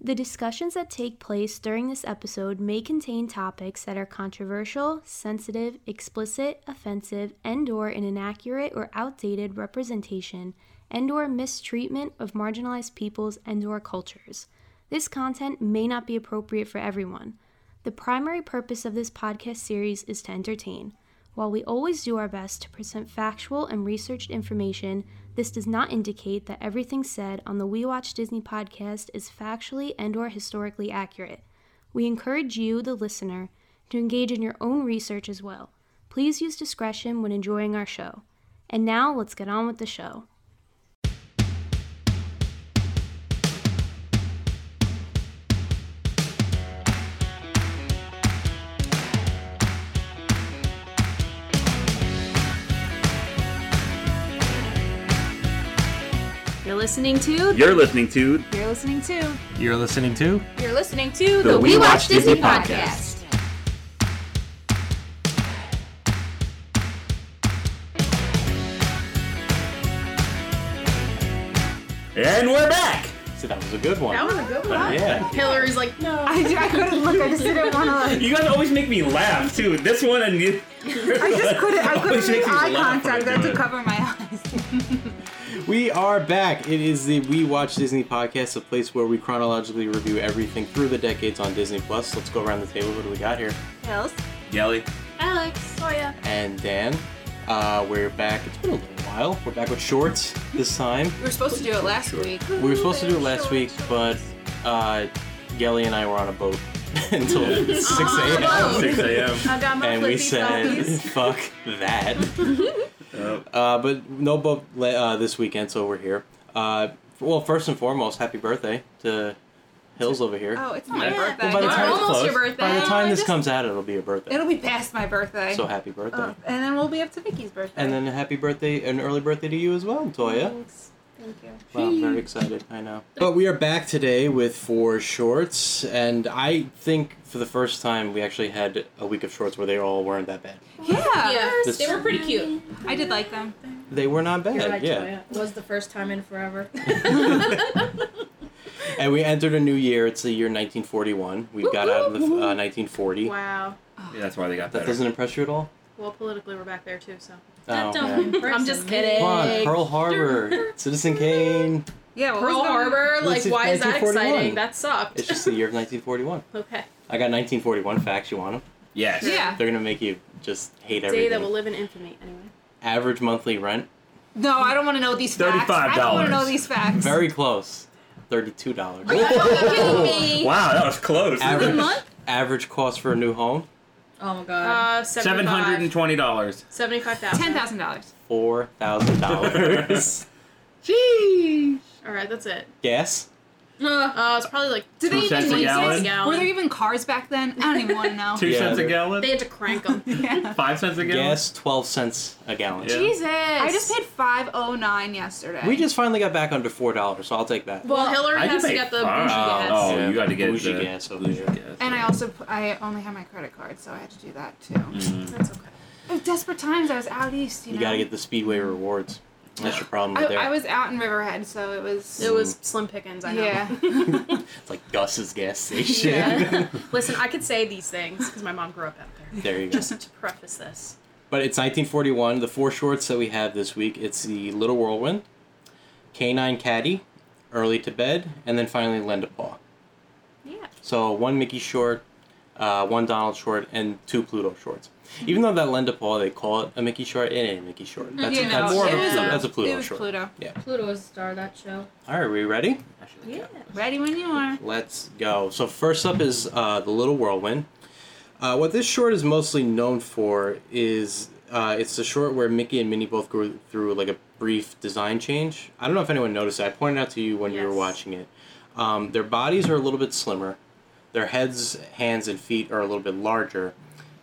The discussions that take place during this episode may contain topics that are controversial, sensitive, explicit, offensive, and or an inaccurate or outdated representation and or mistreatment of marginalized peoples and or cultures. This content may not be appropriate for everyone. The primary purpose of this podcast series is to entertain. While we always do our best to present factual and researched information, this does not indicate that everything said on the We Watch Disney podcast is factually and or historically accurate. We encourage you, the listener, to engage in your own research as well. Please use discretion when enjoying our show. And now let's get on with the show. You're listening to. You're listening to You're listening to. You're listening to You're listening to the We Watch Disney podcast. And we're back! See, that was a good one. That was a good one. yeah. Hillary's like, no. I, I couldn't look. I just didn't want to look. You guys always make me laugh too. This one and you I just couldn't. I Always couldn't makes make me eye laugh when I contact. I had do to it. cover my eyes. We are back. It is the We Watch Disney podcast, a place where we chronologically review everything through the decades on Disney Plus. Let's go around the table. What do we got here? Hills. Yelly. Alex. Oh, yeah. And Dan, uh, we're back. It's been a little while. We're back with shorts this time. We were supposed to do it last week. We were supposed to do it last week, but uh, Gelly and I were on a boat until 6 On a a.m. boat. 6 a.m. I got my and we flippies said, doggies. "Fuck that." uh, but no boat le- uh, this weekend, so we're here. Uh, well, first and foremost, happy birthday to Hills over here. Oh, it's Yeah, my birthday. well, by the time Almost it's close, your birthday. by the time I this just- comes out, it'll be your birthday. It'll be past my birthday. So happy birthday! Uh, and then we'll be up to Vicky's birthday. and then a happy birthday, an early birthday to you as well, Toya. Thanks. Thank you. Well, I'm very excited. I know. But we are back today with four shorts, and I think for the first time we actually had a week of shorts where they all weren't that bad. Yeah. Yeah, This- they were pretty cute. I did like them. They were not bad. yeah. was the first time in forever. And we entered a new year. It's the year 1941. We got out of the uh, 1940. Wow. Yeah, that's why they got That better. doesn't impress you at all. Well, politically, we're back there too, so. Oh, don't man. I'm just kidding. Come on, Pearl Harbor, Citizen Kane. Yeah. What Pearl was going on? Harbor, Let's like, see, why is that 1941. exciting? That sucked. It's just the year of 1941. okay. I got 1941 facts. You want them? Yes. Yeah. They're gonna make you just hate Day everything. that will live in infamy, anyway. Average monthly rent, No, I don't want to know these facts. I don't want $35. to know these facts. very close, thirty-two dollars. Wow, that was close. average average cost for a new home, Oh my god. Uh, Seven hundred and twenty dollars. 75000 Ten thousand dollars. four thousand dollars. Jeez. Alright, that's it. Gas. Uh, it's probably like Do Two they cents even a need gallon? this? Were there even cars back then? I don't even want to know. Two Yeah, cents a they're- gallon. they had to crank them. Yeah. Five cents a gallon. Gas twelve cents a gallon. Yeah. Jesus. I just paid five oh nine yesterday. We just finally got back under four dollars, so I'll take that. Well, Hillary I has to pay get the bougie five. gas. Oh, Yeah, you got to get bougie the gas over bougie there. gas. And I also I only had my credit card, so I had to do that too. That's okay. It was desperate times. I was out east. You, Mm-hmm. You know? gotta get the Speedway rewards. That's your problem right I, there. I was out in Riverhead, so it was. It was slim pickings, I know. yeah. It's like Gus's gas station. Yeah. Listen, I could say these things because my mom grew up out there. There you go. Just to preface this. But it's 1941. The four shorts that we have this week it's the Little Whirlwind, Canine Caddy, Early to Bed, and then finally Lend a Paw. Yeah. So one Mickey short, uh, one Donald short, and two Pluto shorts. Even though that Lend a Paw they call it a Mickey short, it ain't a Mickey short. That's, Mm-hmm. You know, that's more of it a was Pluto. a- that's a Pluto it was short. Pluto. Pluto was a star of that show. All right, are we ready? Yeah. Ready when you are. Let's go. So first up is uh, the Little Whirlwind. Uh, what this short is mostly known for is uh, it's the short where Mickey and Minnie both go through like a brief design change. I don't know if anyone noticed. It. I pointed out to you when you were Yes. watching it. Um, their bodies are a little bit slimmer. Their heads, hands, and feet are a little bit larger.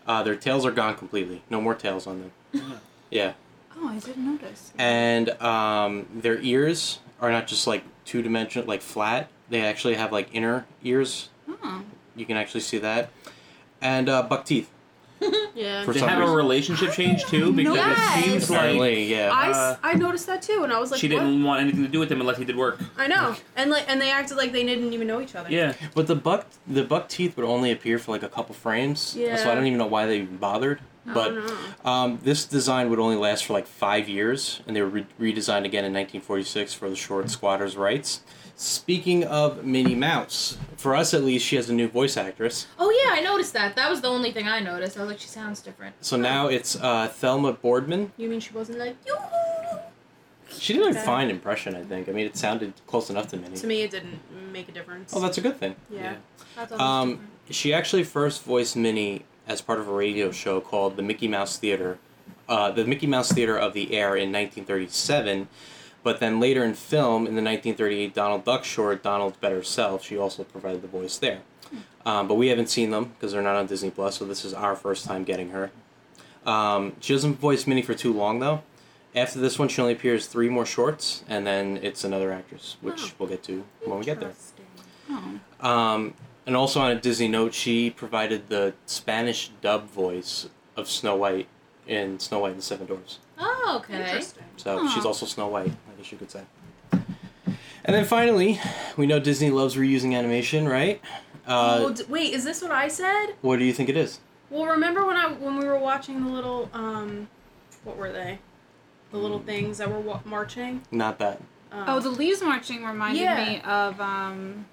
Uh, their tails are gone completely. No more tails on them. yeah Oh, I didn't notice. and um, their ears are not just like two dimensional, like flat. They actually have like inner ears. Oh. You can actually see that, and uh, buck teeth. Yeah. For to some have reason. a relationship change too because Yes. it seems like Apparently, yeah. I, s- uh, I noticed that too, and I was like, she what? didn't want anything to do with him unless he did work. I know, and like, and they acted like they didn't even know each other. Yeah, But the buck the buck teeth would only appear for like a couple frames. So Yeah. I don't even know why they even bothered. But um, this design would only last for like five years, and they were re- redesigned again in 1946 for the short squatter's rights. Speaking of Minnie Mouse, for us at least, she has a new voice actress. Oh yeah, I noticed that. That was the only thing I noticed. I was like, she sounds different. So now it's uh, Thelma Boardman. You mean she wasn't like? You. She did a Okay. fine impression, I think. I mean, it sounded close enough to Minnie. To me, it didn't make a difference. Oh, that's a good thing. yeah. That's Um, she actually first voiced Minnie as part of a radio show called the Mickey Mouse Theater, uh, the Mickey Mouse Theater of the Air in 1937. But then later in film, in the 1938 Donald Duck short, Donald's Better Self, she also provided the voice there. Um, but we haven't seen them because they're not on Disney Plus, so this is our first time getting her. Um, she doesn't voice Minnie for too long though. After this one, she only appears three more shorts, and then it's another actress, which we'll get to when we get there. Um, and also on a Disney note, she provided the Spanish dub voice of Snow White in Snow White and the Seven Dwarfs. oh okay. Interesting. So she's also Snow White, I guess you could say. And then finally, we know Disney loves reusing animation, right? well, Uh, d- wait, is this what I said? what do you think it is? Well, remember when I when we were watching the little um, what were they? The little Mm. things that were wa- marching. Not that. Um, Oh, the leaves marching reminded Yeah. me of um,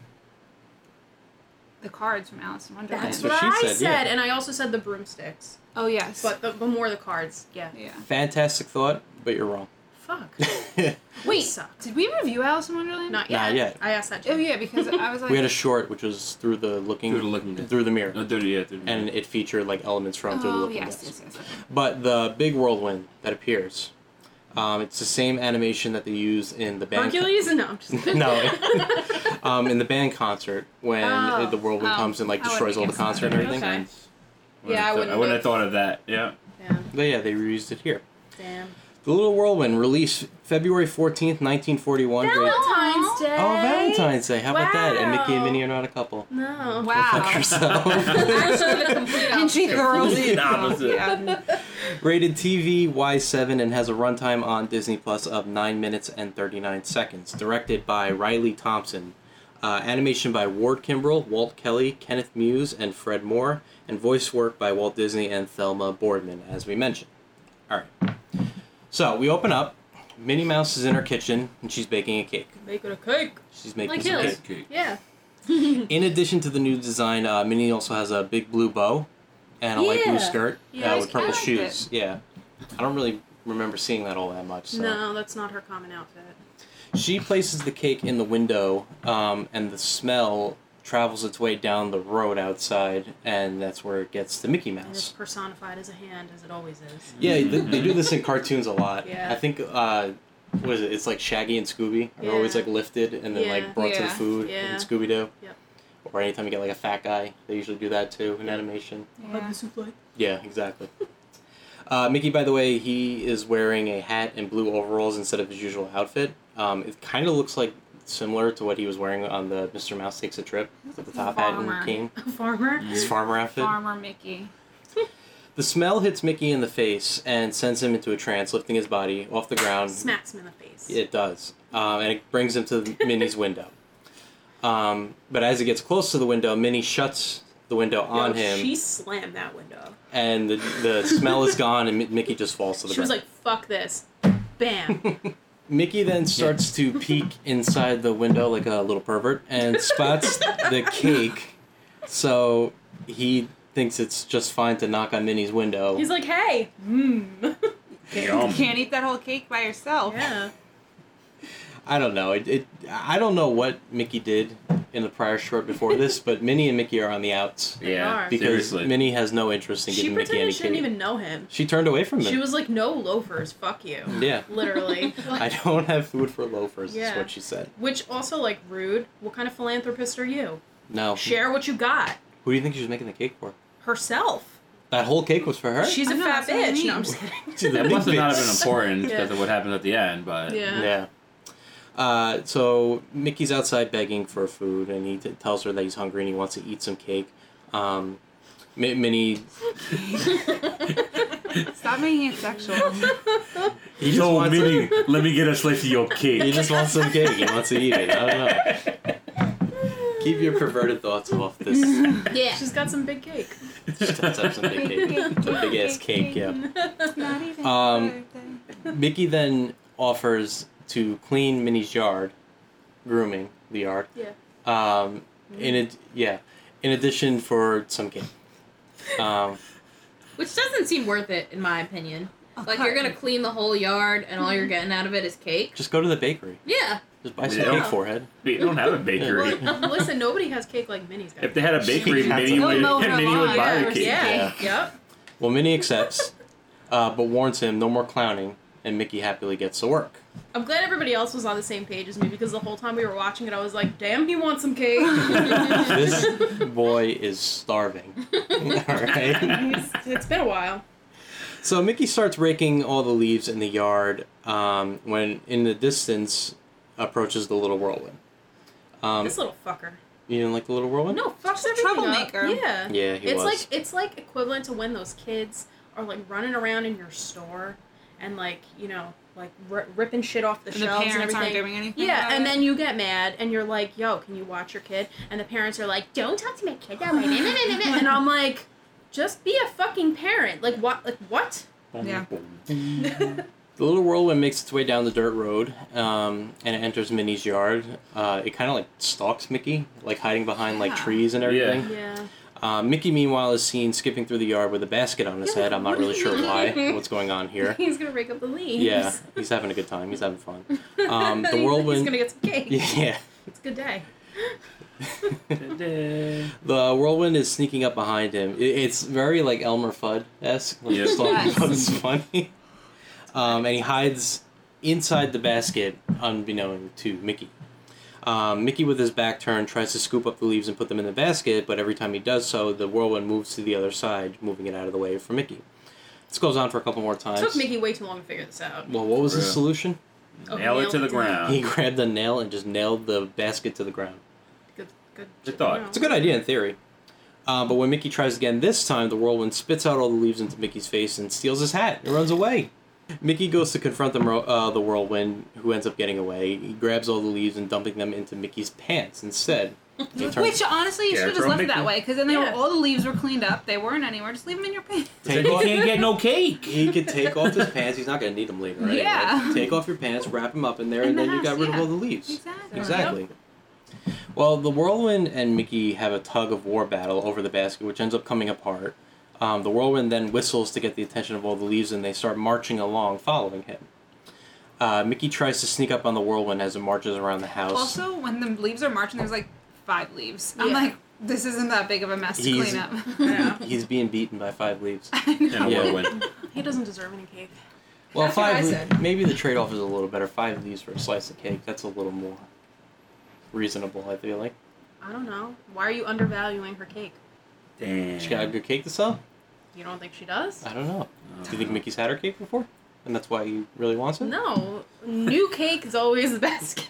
the cards from Alice in Wonderland. that's what what, she I said, yeah. and I also said the broomsticks, oh yes. but the, but more the cards. Yeah. yeah. Fantastic thought, but you're wrong. Fuck. Wait, sucked. did we review Alice in Wonderland? Not yet. Not yet. I asked that. Oh too. yeah, because I was like, we had a short which was through the looking Through the Looking Glass. through the mirror, Oh, no, thirty, yeah, thirty. and it featured like elements from through the oh looking yes, glass. yes, yes. okay. But the big whirlwind that appears, um, it's the same animation that they use in the band. Hercules? No, I'm just kidding. no, um, in the band concert when Oh. the whirlwind Oh. comes and like I would've destroys all the guessed that. concert and everything. Okay. Wouldn't have I thought- wouldn't I wouldn't have have- thought of that. Yeah. Damn. But yeah, they reused it here. Damn. The Little Whirlwind released February fourteenth, nineteen forty-one. Valentine's Day. Oh, Valentine's Day! How about that? And Mickey and Wow. Minnie are not a couple. No. Go Fuck Wow. yourself. Actually, the complete and she opposite. throws Complete it. opposite. Yeah. Rated TV Y7 and has a runtime on Disney Plus of 9 minutes and 39 seconds. Directed by Riley Thompson. Uh, animation by Ward Kimbrell, Walt Kelly, Kenneth Muse, and Fred Moore. And voice work by Walt Disney and Thelma Boardman, as we mentioned. Alright. So, we open up. Minnie Mouse is in her kitchen and she's baking a cake. Make it a cake. She's making Like some Hills. Okay. cake. Yeah. In addition to the new design, uh, Minnie also has a big blue bow and a light blue Yeah. skirt Yeah, uh, I with like- purple I liked shoes. Yeah, I don't really remember seeing that all that much. So. No, that's not her common outfit. She places the cake in the window, um, and the smell travels its way down the road outside, and that's where it gets to Mickey And it's Mouse. personified as a hand, as it always is. Yeah, they, they do this in cartoons a lot. Yeah. I think uh, what is it? It's like Shaggy and Scooby are always Yeah. like lifted and then Yeah. like brought to the Yeah. food Yeah. in Scooby Doo. Yep. Or anytime you get like a fat guy, they usually do that too in animation. Yeah. Yeah, exactly. Uh, Mickey, by the way, he is wearing a hat and blue overalls instead of his usual outfit. Um, it kind of looks like similar to what he was wearing on the Mr. Mouse Takes a Trip with the top hat Farmer. and cane. A farmer. His farmer outfit. Farmer Mickey. The smell hits Mickey in the face and sends him into a trance, lifting his body off the ground. Smacks him in the face. It does. Um, and it brings him to Minnie's window. Um, but as it gets close to the window, Minnie shuts the window Yo, on him, She slammed that window. and the, the smell is gone, and Mi- Mickey just falls to the She was ground. like, "Fuck this." Bam. Mickey then starts to peek inside the window like a little pervert and spots the cake. So he thinks it's just fine to knock on Minnie's window. He's like, "Hey." Mmm. You can't eat that whole cake by yourself. yeah. I don't know. It, it I don't know what Mickey did in the prior short before this, but Minnie and Mickey are on the outs Yeah. are. because Seriously. Minnie has no interest in She giving Mickey pretended any she didn't cake. even know him. She turned away from him. She was like, "No loafers, fuck you." yeah. Literally. I don't have food for loafers. Is Yeah. what she said. Which also like rude. What kind of philanthropist are you? No. Share what you got. Who do you think she was making the cake for? Herself. That whole cake was for her. She's I a know, fat that's what I bitch. No, mean. I'm just kidding. She's a That big must have not bitch. have been important because Yeah. of what happens at the end, but Yeah. Yeah. Uh, so Mickey's outside begging for food, and he t- tells her that he's hungry and he wants to eat some cake. Um, Mi- Minnie. Stop making it sexual. He just wants to- let me get a slice of your He cake. just wants some cake. He wants to eat it. I don't know. Keep your perverted thoughts off this. Yeah. She's got some big cake. She does have some big cake. It's a big ass cake, yeah. Not even Um, Mickey then offers to clean Minnie's yard, grooming the yard. Yeah. Um, in it, yeah. In addition, for some cake. Um, Which doesn't seem worth it, in my opinion. Like you're gonna clean the whole yard, and all you're getting out of it is cake. just go to the bakery. Yeah. Just buy some Yeah. cake, forehead. They don't have a bakery. Well, listen, nobody has cake like Minnie's got. If they had a bakery, She has Minnie a- would, No, no, Minnie would no, buy yeah, a cake. Yeah. Yep. Well, Minnie accepts, uh, but warns him no more clowning, and Mickey happily gets to work. I'm glad everybody else was on the same page as me because the whole time we were watching it, I was like, "Damn, he wants some cake." This boy is starving. All right. It's- it's been a while. So Mickey starts raking all the leaves in the yard um, when, in the distance, approaches the little whirlwind. Um, This little fucker. you didn't like the little whirlwind? No, fucks a everything up. troublemaker. Yeah. Yeah, he was. it's like it's like equivalent to when those kids are like running around in your store and like you know like ri ripping shit off the And the shelves and parents everything. aren't doing anything. yeah, about and it. then you get mad and you're like, "Yo, can you watch your kid?" And the parents are like, "Don't talk to my kid that way." and I'm like, "Just be a fucking parent." Like what? Like what? Yeah. The little whirlwind makes its way down the dirt road, um, and it enters Minnie's yard. Uh, it kind of like stalks Mickey, like hiding behind like Yeah. trees and Yeah. everything. Yeah. Uh, Mickey, meanwhile, is seen skipping through the yard with a basket on his head. I'm not really sure why. What's going on here? He's gonna rake up the leaves. Yeah, he's having a good time. He's having fun. Um, the He's- He's gonna whirlwind. get some cake. Yeah. It's a good day. The whirlwind is sneaking up behind him. It, it's very like Elmer Fudd esque. Like, Yeah. It's like, Yes. "Oh, this is funny. Um, and he hides inside the basket, unbeknown to Mickey. Um, Mickey, with his back turned, tries to scoop up the leaves and put them in the basket, but every time he does so, the whirlwind moves to the other side, moving it out of the way for Mickey. This goes on for a couple more times. It took Mickey way too long to figure this out. Well, what was the Yeah. solution? Oh, Nail it to the Um, He ground. grabbed a nail and just nailed the basket to the ground. Good, good. Good thought. It's a good idea in theory. Uh, but when Mickey tries again this time, the whirlwind spits out all the leaves into Mickey's face and steals his hat and runs away. Mickey goes to confront the, mro- uh, the whirlwind, who ends up getting away. He grabs all the leaves and dumping them into Mickey's pants instead. He turns- Which honestly, you Yeah, should have just throw left it Mickey. that way because then they Yeah. were all the leaves were cleaned up. They weren't anywhere. Just leave them in your pants. take You off- can't get no cake. he could take off his pants. He's not going to need them later. anyway. Yeah. Take off your pants, wrap them up in there, In and the then you got house, rid of yeah. all the leaves. Exactly. Exactly. Well, the Whirlwind and Mickey have a tug of war battle over the basket, which ends up coming apart. Um, the Whirlwind then whistles to get the attention of all the leaves, and they start marching along, following him. Uh, Mickey tries to sneak up on the Whirlwind as it marches around the house. Also, when the leaves are marching, there's like five leaves. I'm Yeah. like, this isn't that big of a mess to He's- clean up. Yeah. He's being beaten by five leaves. I know. And a Yeah. whirlwind. He doesn't deserve any cake. Well, That's what I five. le- said. maybe the trade-off is a little better. Five leaves for a slice of cake. That's a little more reasonable. I feel like I don't know. Why are you undervaluing her cake? she got a Damn. good cake to sell. You don't think she does? I don't know. Do you think Mickey's had her cake before, and that's why he really wants it? Uh-huh. No. New cake is always the best cake.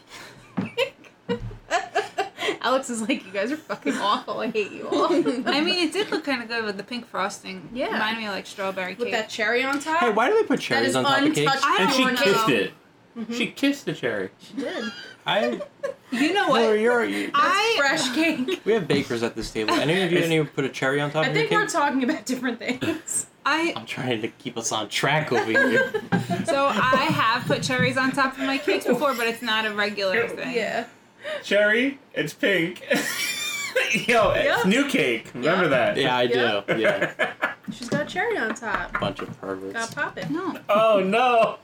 Alex is like, you guys are fucking awful. I hate you all. I mean, it did look kind of good with the pink frosting. Yeah. Reminded me of, like strawberry with cake. that cherry on top. Hey, why do they put cherries is on top of cakes? untouched. I And she don't know. kissed it. She kissed the cherry. She did. I, you know Laura, what? you're, you, I Fresh cake. we have bakers at this table. Any of you any of you put a cherry on top I of your think we're cake? talking about different things. I I'm trying to keep us on track over here. so I have put cherries on top of my cakes before, but it's not a regular thing. yeah. Cherry, it's pink. Yo, Yeah. it's new cake. Remember that. yeah, I do. Yeah, She's got cherry on top. bunch of Gotta perverts. pop it. No, oh no.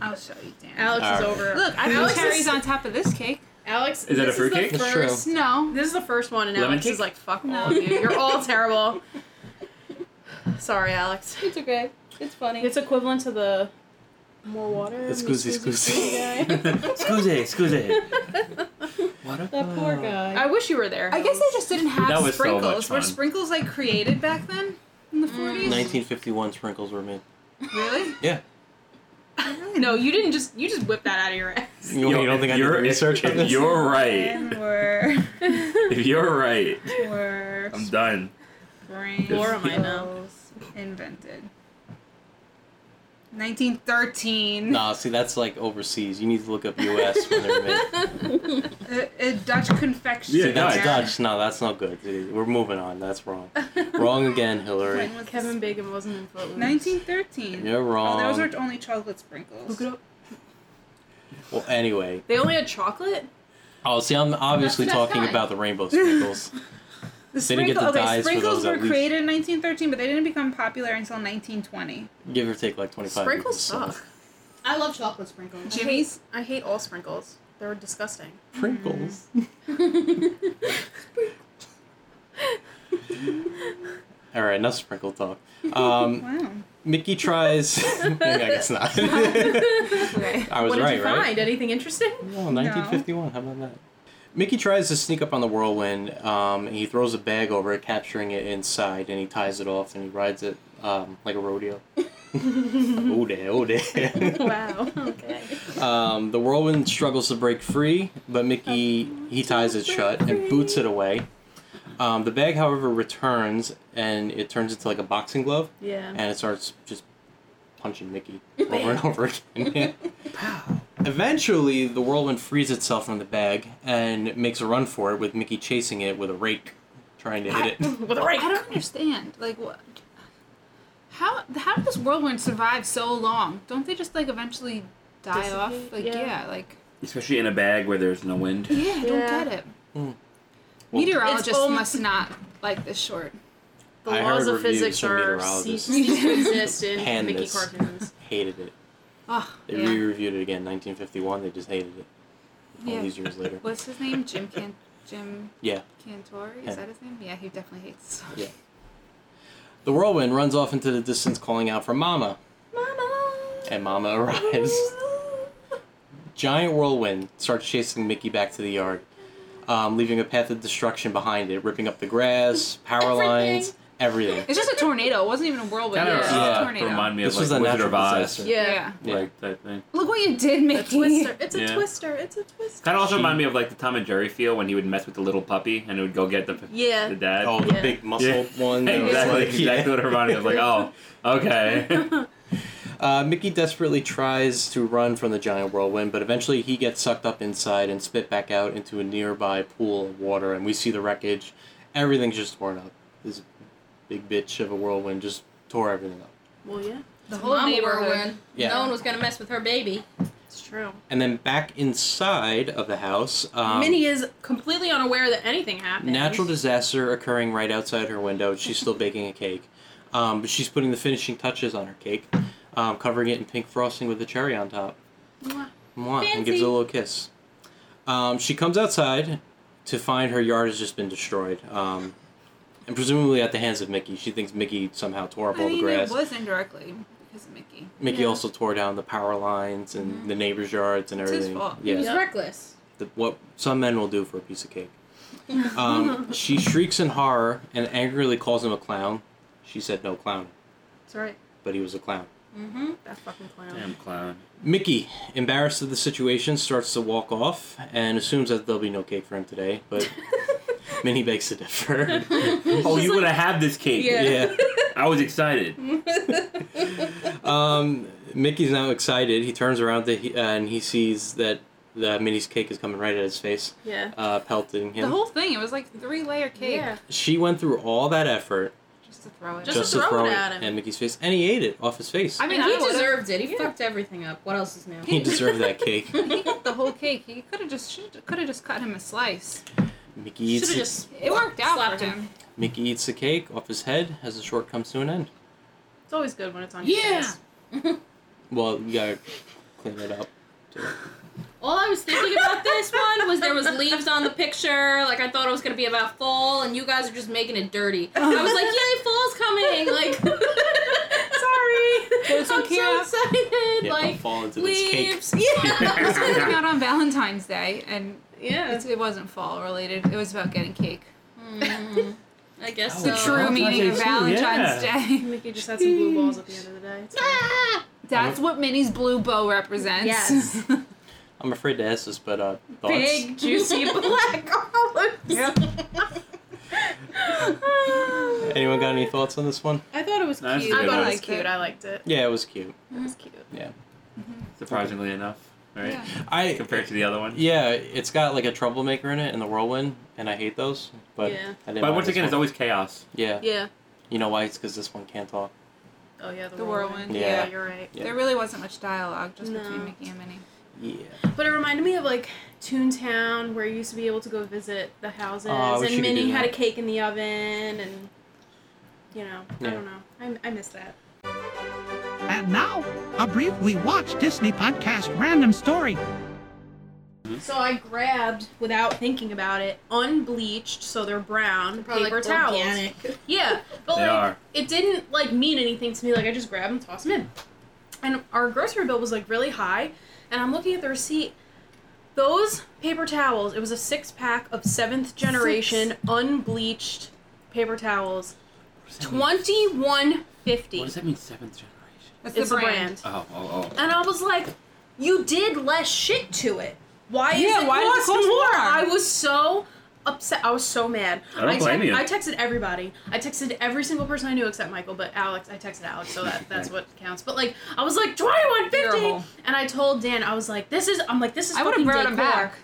I'll show you, Dan. Alex All is right. over. Look, I Alex put cherries is- on top of this cake. Alex Is that this a fruit the cake? That's true. first- No. This is the first one, and Lemon Alex cake? is like, "Fuck No. all of you. You're all terrible." Sorry, Alex. It's okay. It's funny. It's equivalent to the more water. It's Mr. goosey, Goosey guy. Excuse it, excuse it. What a that poor guy. I wish you were there. I guess they just didn't have That was so sprinkles. much Were fun. sprinkles like created back then in Mm. the 40s? 1951 sprinkles were made. Really? Yeah. no, you didn't just you just whip that out of your ass. You, you don't think I did you're- research on if this? You're right. And we're, If you're right, we're I'm done. brain Laura might know. cells invented. 1913. Nah, see, that's like overseas. You need to look up U.S. when they're made. A, a Dutch confectionery. Yeah, See, that's Dutch. Dutch. No, that's not good. See, We're moving on. That's wrong. wrong again, Hillary. When was Kevin Bacon wasn't in Footloose. this? 1913. You're wrong. Oh, those are only chocolate sprinkles. Look it up. Well, anyway. They only had chocolate. Oh, see, I'm obviously That's what I talking thought. about the rainbow sprinkles. The They didn't get sprinkle- the okay, dyes for sprinkles those at were least. created in 1913, but they didn't become popular until 1920. Give or take like 25 Sprinkles years, so. suck. I love chocolate sprinkles. Jimmy's? I hate all sprinkles. They're disgusting. Sprinkles. All right, enough sprinkle talk. Um, Wow. Mickey tries. I guess not. Okay. I was what did right, you right? find? Anything interesting? Well, 1951. How about that? Mickey tries to sneak up on the whirlwind. Um, and he throws a bag over it, capturing it inside, and he ties it off and he rides it um, like a rodeo. oh, there, oh, there. Wow. Okay. Um, the whirlwind struggles to break free, but Mickey he ties it shut and boots it away. Um, the bag, however, returns and it turns into like a boxing glove, Yeah. and it starts just punching Mickey over and over again. Eventually, the whirlwind frees itself from the bag and makes a run for it, with Mickey chasing it with a rake, trying to hit it. With a rake. I don't understand. Like, what? How how did this whirlwind survive so long? Don't they just like eventually die off? Dissipate? Like, Yeah. yeah, like Especially in a bag where there's no wind. yeah, I Yeah. don't get it. Mm. Well, Meteorologists It's om- must not like this short. The I laws heard of reviews physics from are meteorologists. cease to exist in Hand Mickey this. cartoons. Hated it. Oh, They yeah. re-reviewed it again, 1951. They just hated it. All Yeah. these years later. What's his name? Jim Can Jim Yeah. Cantori? Is Yeah. that his name? Yeah, he definitely hates. this. The whirlwind runs off into the distance, calling out for Mama, Mama. and Mama arrives. Giant whirlwind starts chasing Mickey back to the yard, um, leaving a path of destruction behind it, ripping up the grass, power lines, everything. It's just a tornado. It wasn't even a whirlwind. Kind Yeah, of it's just Yeah. a tornado. remind me This of was like a Wizard of natural Oz. disaster. yeah. Yeah. Yeah. Like that thing. Look what you did, A Mickey. twister. It's a Yeah. twister. It's a twister. Kind of also She- reminded me of like the Tom and Jerry feel when he would mess with the little puppy and it would go get the, Yeah. the dad. Oh, the Yeah. big muscled one. that was exactly, like- exactly what it reminded me of. Like, oh, okay. Uh, Mickey desperately tries to run from the giant whirlwind, but eventually he gets sucked up inside and spit back out into a nearby pool of water. And we see the wreckage; everything's just torn up. This big bitch of a whirlwind just tore everything up. Well, yeah. The whole Mama neighborhood. whirlwind. Yeah. No one was gonna mess with her baby. It's true. And then back inside of the house, um, Minnie is completely unaware that anything happened. natural disaster occurring right outside her window. She's still baking a cake, um, but she's putting the finishing touches on her cake, um, covering it in pink frosting with a cherry on top. Mwah. Mwah, and gives it a Fancy. little kiss. Um, she comes outside to find her yard has just been destroyed, um, and presumably at the hands of Mickey. She thinks Mickey somehow tore up I all mean, the grass. it was indirectly because of Mickey. Mickey Yeah. also tore down the power lines and the neighbors' yards and Mm-hmm. It's his everything. fault. Yeah, He was Yeah. reckless. the, what some men will do for a piece of cake. Um, she shrieks in horror and angrily calls him a clown. She said no clown, That's right. but he was a clown. Mm-hmm. That fucking clown. Damn clown. Mickey, embarrassed of the situation, starts to walk off and assumes that there'll be no cake for him today, but Minnie begs to differ. Oh, you would have had this cake. Yeah. yeah. I was excited. Um, Mickey's now excited. He turns around to, he- uh, and he sees that the Minnie's cake is coming right at his face, Yeah. uh, pelting The him. whole thing. It was like three layer cake Yeah. she went through all that effort just to throw it. Just- to to throw throw it it at him. at Mickey's face, and he ate it off his face. I mean, and he I would've- deserved it. He yeah. fucked everything up. What else is new? he deserved that cake. he ate the whole cake. He could have just could have just cut him a slice. Mickey Should have eats, the- just. It worked out Slapped for him. him. Mickey eats the cake off his head as the short comes to an end. It's always good when it's on. your Yeah. face. Well, you gotta clean it up. All I was thinking about this one was there was leaves on the picture. Like I thought it was gonna be about fall, and you guys are just making it dirty. I was like, yay, fall's coming! Like, sorry, But it's I'm okay. so excited. Yeah, don't like fall into this cake. leaves. Yeah. It's coming out on Valentine's Day, and Yeah. it's, it wasn't fall related. It was about getting cake. Mm, I Oh, guess The so. true Valentine's meaning of Day too, Valentine's Day. Mickey just had some blue balls at the end of the day. It's fine. Ah! That's what Minnie's blue bow represents. Yes. I'm afraid to ask this, but uh, thoughts? Big juicy black olives. Uh, Anyone got any thoughts on this one? I thought it was That's cute. a I good thought it one. was cute. I liked it. Yeah, it was cute. It was cute. Yeah, surprisingly enough, right? Yeah. I Compared to the other one. yeah, it's got like a troublemaker in it and the whirlwind, and I hate those. But Yeah. I didn't But mind once this again, it's one. always chaos. yeah. Yeah. You know why? It's because this one can't talk. Oh yeah, the, The whirlwind. whirlwind. Yeah. Yeah. You're right. Yeah. There really wasn't much dialogue just No. between Mickey and Minnie. Yeah. But it reminded me of like Toontown, where you used to be able to go visit the houses, Oh, I wish and you could do Minnie had a that. cake in the oven, and you know, I Yeah. don't know. I, I miss that. And now, a brief We Watch Disney Podcast Random Story. Mm-hmm. So I grabbed, without thinking about it, unbleached, so they're brown Probably, paper like, towels. organic. Yeah, but They like are. it didn't like mean anything to me. Like I just grabbed them, tossed them in, and our grocery bill was like really high. And I'm looking at the receipt. Those paper towels. It was a six pack of seventh generation unbleached paper towels. Twenty one fifty. What does that mean, seventh generation? That's It's the a brand. brand. Oh, oh, oh. And I was like, you did less shit to it. Why is Yeah, it why did it costing cost more? more? I was so upset. I was so mad. I don't blame you. I texted everybody. I texted every single person I knew except Michael, but Alex, I texted Alex, so that, that's what counts. But like, I was like, You're a 2150 hole. And I told Dan, I was like, this is, I'm like, this is I would fucking have brought decor. them back.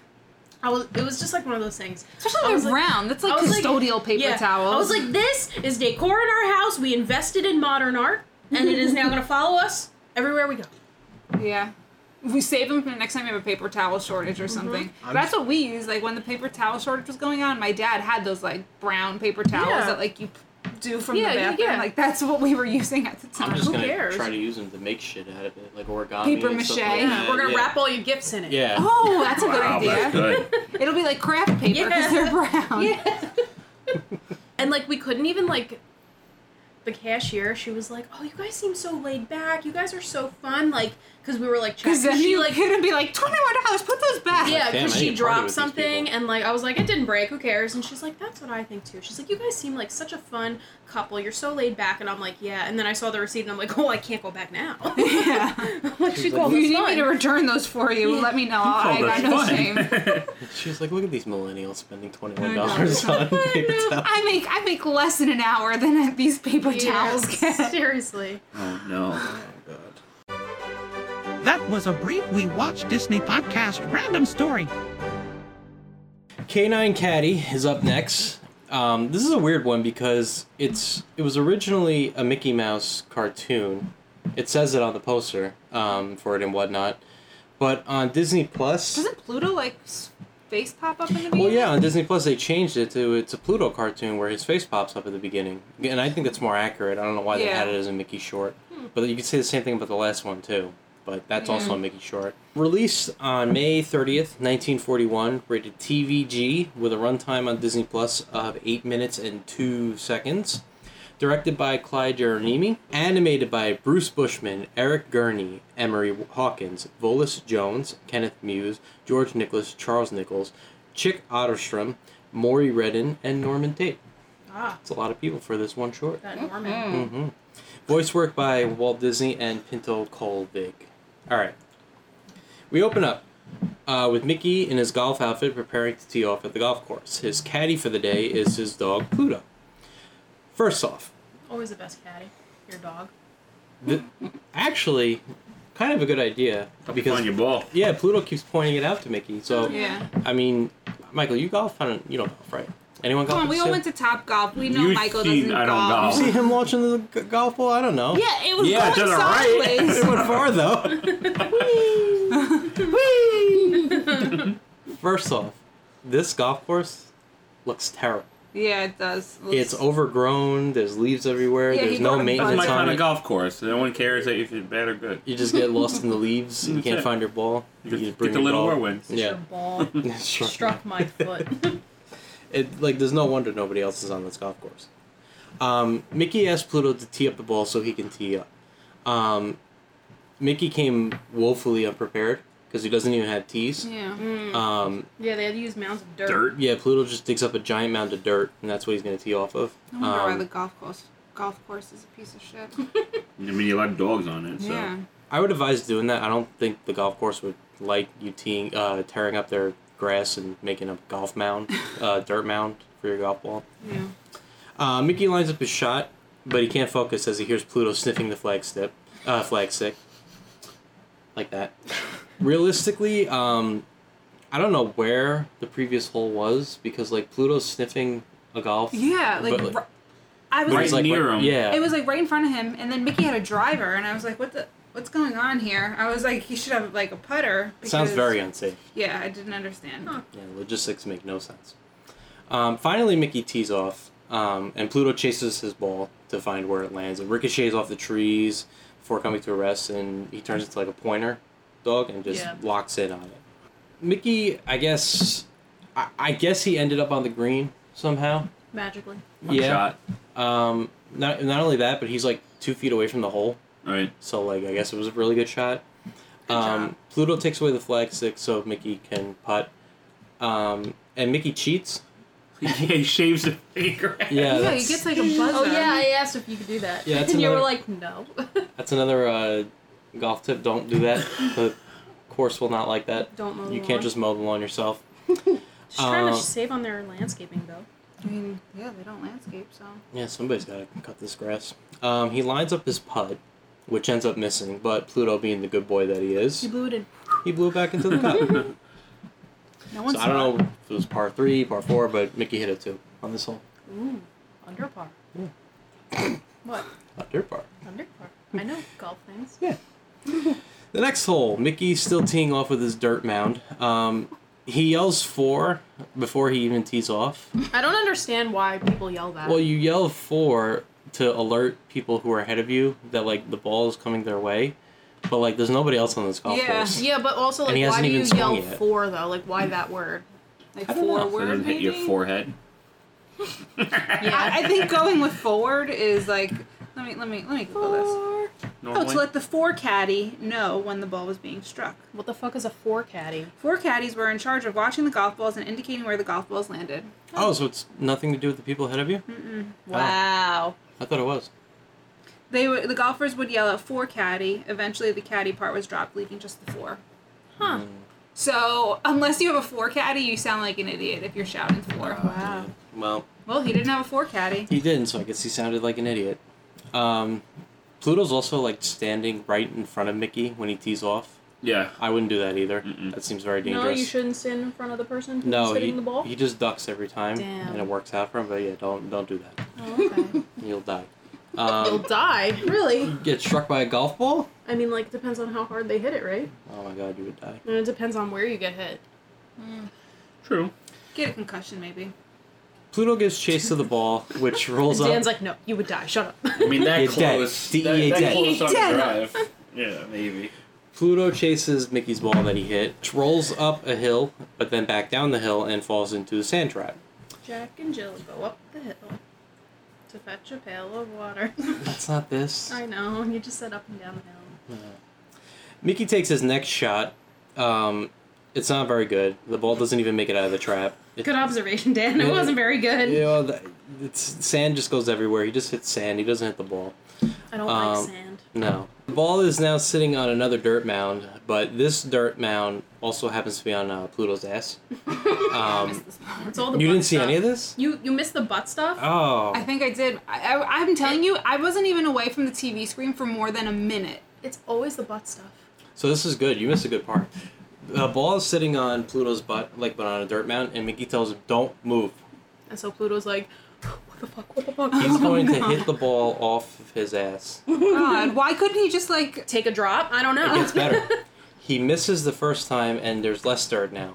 I was, it was just like one of those things. I Especially was with like- brown. That's like I was like- custodial paper yeah. towels. I was like, this is decor in our house. We invested in modern art, and it is now going to follow us everywhere we go. yeah. We save them for the next time we have a paper towel shortage or Mm-hmm. something. But I'm that's s- what we use. Like when the paper towel shortage was going on, my dad had those like brown paper towels Yeah. that like you p- do from Yeah, the yeah, bathroom. yeah. Like that's what we were using at the time. I'm just Who gonna cares? try to use them to make shit out of it, like origami. Paper and stuff mache. like Yeah, that, We're going to yeah. wrap all your gifts in it. Yeah. Oh, that's a good Wow, that's idea. good. It'll be like craft paper Yeah. because they're brown. and like we couldn't even like the cashier, she was like, "Oh, you guys seem so laid back. You guys are so fun." Like cuz we were like Because checking then she you like like hit and be like twenty one dollars. Put those back. yeah, Damn, because I she need to party dropped with these something, people. and like I was like, it didn't break. Who cares? And she's like, that's what I think too. She's like, you guys seem like such a fun couple. You're so laid back, and I'm like, yeah. And then I saw the receipt, and I'm like, oh, I can't go back now. Yeah. like she She's called If you us need fun. me to return those for you, let me know. I Oh, got that's no fun. shame. She's like, look at these millennials spending twenty I one know. dollars on paper towels. I make I make less in an hour than these paper Yeah, towels get. seriously. oh no. Oh god. That was a brief We Watch Disney Podcast Random Story. Canine Caddy is up next. Um, this is a weird one because it's it was originally a Mickey Mouse cartoon. It says it on the poster um, for it and whatnot, but on Disney Plus, Doesn't Pluto like s- face pop up in the well, beginning? yeah, on Disney Plus they changed it to it's a Pluto cartoon where his face pops up at the beginning, and I think that's more accurate. I don't know why they Yeah. had it as a Mickey short, but you could say the same thing about the last one too. But that's also a Mickey short. Released on May thirtieth, nineteen forty-one, rated TVG with a runtime on Disney Plus of eight minutes and two seconds. Directed by Clyde Geronimi, animated by Bruce Bushman, Eric Gurney, Emery Hawkins, Volus Jones, Kenneth Muse, George Nicholas, Charles Nichols, Chick Otterstrom, Maury Redden, and Norman Tate. Ah, That's a lot of people for this one short. that Norman. Mm-hmm. hmm Voice work by Walt Disney and Pinto Colvig. All right. We open up uh, with Mickey in his golf outfit preparing to tee off at the golf course. His caddy for the day is his dog Pluto. First off, Always the best caddy. Your dog. th- actually, kind of a good idea because on your ball. yeah, Pluto keeps pointing it out to Mickey. So Oh, Yeah. I mean, Michael, you golf? I don't. You don't golf, right? Anyone golf? Come on, we all went to Top Golf. We know You've Michael seen doesn't I don't golf. golf. see him launching the g- golf ball. I don't know. Yeah, it was Yeah, going to the right. sideways. it went far though. First off, this golf course looks terrible. yeah, it does. It's overgrown. There's leleaves everywhere. Yeah, he there's no bought a maintenance bunch. That's my on it. kind of golf course. No one cares that if you're bad or good. You just get lost in the leaves. you That's can't it. find your ball. You just just get bring the your little ball. whirlwinds. Yeah. Your ball Struck me. struck my foot. It, like, there's no wonder nobody else is on this golf course. Um, Mickey asked Pluto to tee up the ball so he can tee up. Um, Mickey came woefully unprepared because he doesn't even have tees. yeah. Um, Mm. yeah, they had to use mounds of dirt. Dirt. yeah, Pluto just digs up a giant mound of dirt, and that's what he's going to tee off of. I wonder why Um, the golf course golf course is a piece of shit. I mean, you let dogs on it, so. Yeah. I would advise doing that. I don't think the golf course would like you teeing, uh, tearing up their grass and making a golf mound, uh, dirt mound for your golf ball. Yeah. Uh, Mickey lines up his shot, but he can't focus as he hears Pluto sniffing the flagstick. Uh, flagstick. Like that. Realistically, um, I don't know where the previous hole was because like Pluto's sniffing a golf. Yeah, like but, ri- I was but like, Right it's like, near where- him. Yeah. it was like right in front of him, and then Mickey had a driver, and I was like, what the. What's going on here? I was like, he should have like a putter. Sounds because- very unsafe. Yeah, I didn't understand. Yeah, logistics make no sense. Um, finally, Mickey tees off, um, and Pluto chases his ball to find where it lands. It ricochets off the trees before coming to a rest, and he turns into like a pointer dog and just Yeah. locks in on it. Mickey, I guess, I, I guess he ended up on the green somehow. magically. One yeah. shot. Um, not not only that, but he's like two feet away from the hole, Right. so like I guess it was a really good shot. job. Um, Pluto takes away the flag six so Mickey can putt. Um, and Mickey cheats. yeah, he shaves the finger. Yeah, yeah, that's, he gets like a buzzer. Oh yeah, I asked if you could do that. Yeah, that's and you were another- like, no. that's another uh, golf tip. Don't do that. the course will not like that. Don't mow. You the can't lawn. just mow the lawn yourself. Just trying uh, to save on their landscaping though. I mean, yeah, they don't landscape, so. Yeah, somebody's got to cut this grass. Um, he lines up his putt, which ends up missing, but Pluto, being the good boy that he He is, blew it in. he blew it back into the cup. No So I don't know if it was par three, par four, but Mickey hit it too on this hole. Ooh, under par. What? Not uh, dirt par. Under par. I know golf things. The next hole, Mickey's still teeing off with his dirt mound. Um, he yells four before he even tees off. I don't understand why people yell that. Well, you yell four to alert people who are ahead of you that like the ball is coming their way, but like there's nobody else on this golf Yeah, course. yeah, but also And like, he why hasn't do you even swung yell yet. for though? Like, why that word? Like I don't know. forward, So it doesn't hit your maybe? forehead. Yeah, I, I think going with forward is like. Let me let me let me Google this. Oh, Normally. to let the four caddy know when the ball was being struck. What the fuck is a four caddy? Four caddies were in charge of watching the golf balls and indicating where the golf balls landed. Oh, so it's nothing to do with the people ahead of you? Wow. I thought it was. They would the golfers would yell at four caddy. Eventually, the caddy part was dropped, leaving just the four. Huh. So unless you have a four caddy, you sound like an idiot if you're shouting four. Wow. Well, Well, he didn't have a four caddy. he didn't, so I guess he sounded like an idiot. Um, Pluto's also like standing right in front of Mickey when he tees off. Yeah. I wouldn't do that either. Mm-mm. That seems very dangerous. No, you shouldn't stand in front of the person who's No, hitting he, the ball. he just ducks every time, Damn. and it works out for him. But yeah, don't don't do that. Oh, okay. You'll die. You'll Um, die. Really? get struck by a golf ball? I mean, like, it depends on how hard they hit it, right? Oh my god, you would die. And it depends on where you get hit. True. Get a concussion, maybe. Pluto gives chase to the ball, which rolls Dan's up. like, no, you would die. Shut up. I mean that You're dead. close. DEA that, that dead. close on Dead. the drive. Yeah, maybe. Pluto chases Mickey's ball that he hit, which rolls up a hill, but then back down the hill and falls into the sand trap. Jack and Jill go up the hill to fetch a pail of water. That's not this. I know. You just said up and down the hill. Mickey takes his next shot. Um, it's not very good. The ball doesn't even make it out of the trap. It, Good observation, Dan. It Yeah. wasn't very good. you know, the, it's, sand just goes everywhere. He just hits sand. He doesn't hit the ball. I don't Um, like sand. No. The ball is now sitting on another dirt mound, but this dirt mound also happens to be on uh, Pluto's ass. Um, It's all the you butt didn't see stuff. any of this? You you missed the butt stuff. Oh. I think I did. I, I, I'm telling you, I wasn't even away from the TV screen for more than a minute. it's always the butt stuff. So this is good. You missed a good part. The ball is sitting on Pluto's butt, like, but on a dirt mound, and Mickey tells him, don't move. And so Pluto's like, what the fuck? What the fuck? He's going to no. hit the ball off of his ass. God, why couldn't he just like? Take a drop. I don't know. It gets better. he misses the first time, and there's less dirt now.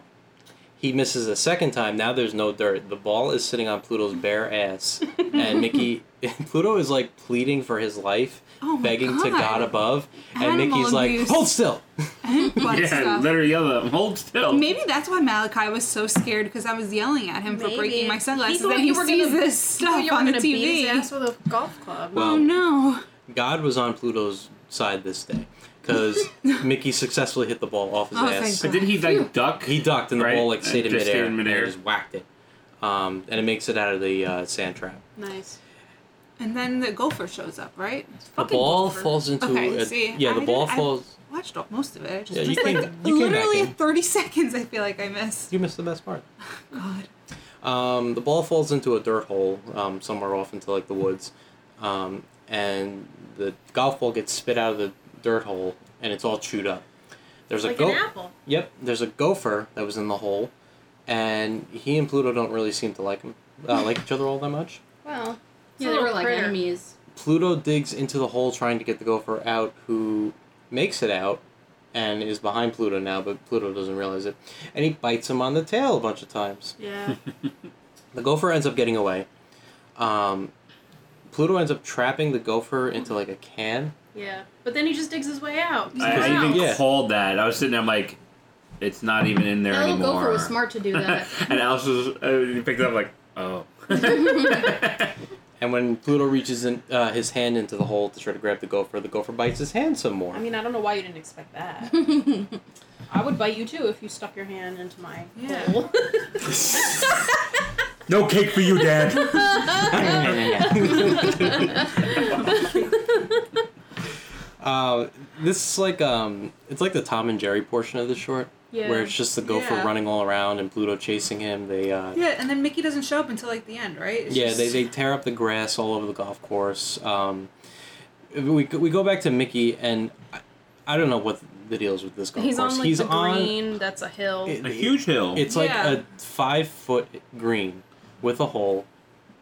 He misses a second time. Now there's no dirt. The ball is sitting on Pluto's bare ass, and Mickey, Pluto is like pleading for his life, Oh my begging to God. God above, and Animal Mickey's like, abuse. "Hold still." butt yeah, stuff. let her yell at him. Hold still. Maybe that's why Malachi was so scared because I was yelling at him for Maybe. breaking my He sunglasses. thought and you he were sees gonna- this Oh, stuff you were on the gonna beat his TV. ass with a golf club. oh Well, no! God was on Pluto's side this day because Mickey successfully hit the ball off his Oh, thank ass. God. But did he like duck? He ducked, and the Right, ball like stayed in just midair, stayed in and midair. just whacked it, um, and it makes it out of the uh, sand trap. Nice. And then the gopher shows up, right? The Fucking ball golfer. falls into Okay, a, see, yeah. The I ball did- I- falls. Watched all, most of it. I just Yeah, you missed came- like you came back literally in. thirty seconds. I feel like I missed. You missed the best part. God. Um, the ball falls into a dirt hole um, somewhere off into like the woods, um, and the golf ball gets spit out of the dirt hole, and it's all chewed up. There's Like a go- an apple. Yep, there's a gopher that was in the hole, and he and Pluto don't really seem to like him, uh, like each other all that much. Well, Yeah, they were like enemies. Pluto digs into the hole trying to get the gopher out, who makes it out and is behind Pluto now, but Pluto doesn't realize it. And he bites him on the tail a bunch of times. Yeah. The gopher ends up getting away. Um, Pluto ends up trapping the gopher into like a can. Yeah. But then he just digs his way out. He's I, like, I "Wow." even Yeah. called that. I was sitting there, I'm like, it's not even in there That Oh, little anymore. gopher was smart to do that. and Alice was, uh, he picked it up like, oh. And when Pluto reaches in, uh, his hand into the hole to try to grab the gopher, the gopher bites his hand some more. I mean, I don't know why you didn't expect that. I would bite you too if you stuck your hand into my Yeah. hole. no cake for you, Dad. Uh, this is like um, it's like the Tom and Jerry portion of the short, Yeah. where it's just the gopher Yeah. running all around and Pluto chasing him. They uh, Yeah, and then Mickey doesn't show up until like the end, right? It's yeah, just- they, they tear up the grass all over the golf course. Um, we we go back to Mickey and I, I don't know what the deal is with this golf He's course. on like He's the on green. That's a hill. it- A huge hill. It's Yeah. like a five foot green with a hole,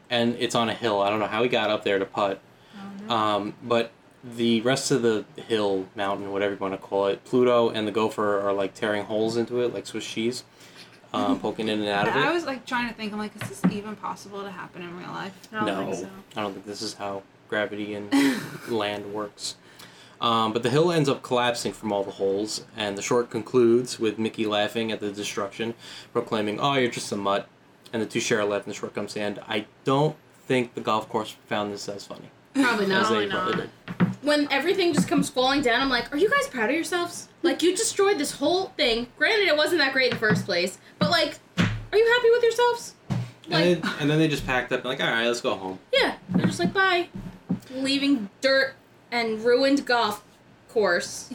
and it's on a hill. I don't know how he got up there to putt, um, but the rest of the hill, mountain, whatever you want to call it, Pluto and the gopher are like tearing holes into it, like Swiss cheese, um, poking in and out of it. I was like trying to think. I'm like, is this even possible to happen in real life? I don't no. think so. I don't think this is how gravity and land works. Um, but the hill ends up collapsing from all the holes, and the short concludes with Mickey laughing at the destruction, proclaiming, Oh, you're just a mutt. And the two share a laugh, and the short comes to end. I don't think the golf course found this as funny Probably as not. they Probably probably not. did. when everything just comes falling down, I'm like, are you guys proud of yourselves? Like, you destroyed this whole thing. Granted, it wasn't that great in the first place, but like, are you happy with yourselves? Like, and, then, and then they just packed up, and like, All right, let's go home. yeah, they're just like, bye. Leaving dirt and ruined golf course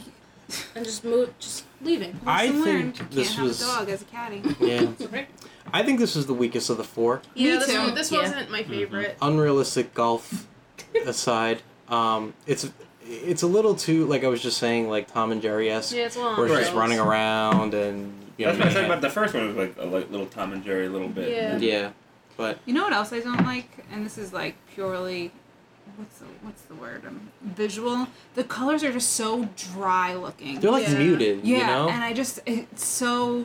and just move, just leaving. I Lesson learned, think you can't this have was. a dog as a caddy. Yeah. I think this was the weakest of the four. Yeah, Me this, too. one- this Yeah. wasn't Mm-hmm. my favorite. unrealistic golf aside, um, it's it's a little too like I was just saying, like Tom and Jerry esque, Yeah, it's long. where it's just shows. running around and you know. That's what I said about the first one. It was like a like, little Tom and Jerry, a little bit. Yeah. And yeah, but You know what else I don't like? And this is like purely, what's the what's the word? Um, visual. The colors are just so dry looking. they're like Yeah. muted, yeah, you know. and I just it's so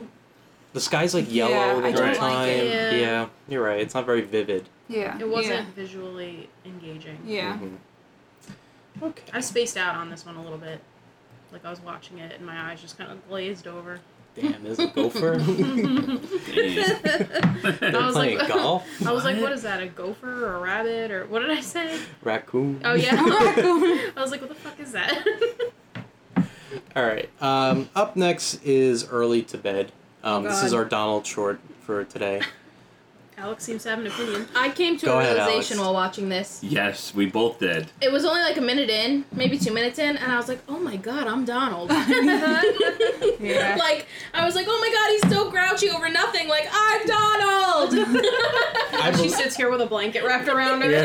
the sky's like yellow Yeah, the I whole don't like time. it. yeah. Yeah. you're right. It's not very vivid. yeah. It wasn't visually engaging. Yeah. yeah. Mhm. I spaced out on this one a little bit. Like I was watching it and my eyes just kind of glazed over. Damn, there's a gopher. they're Yeah. I was playing like, golf. I was like, what is that? A gopher or a rabbit or what did I say? Raccoon. Oh yeah, I was like, what the fuck is that? All right. Um, up next is early to bed. Um, this is Oh, God. our Donald short for today. Alex seems to have an opinion. I came to Go a ahead, realization Alex. while watching this. Yes, we both did. It was only like a minute in, maybe two minutes in, and I was like, oh my god, I'm Donald. Yeah. Like, I was like, oh my god, he's so grouchy over nothing. Like, I'm Donald! I bel- she sits here with a blanket wrapped around her.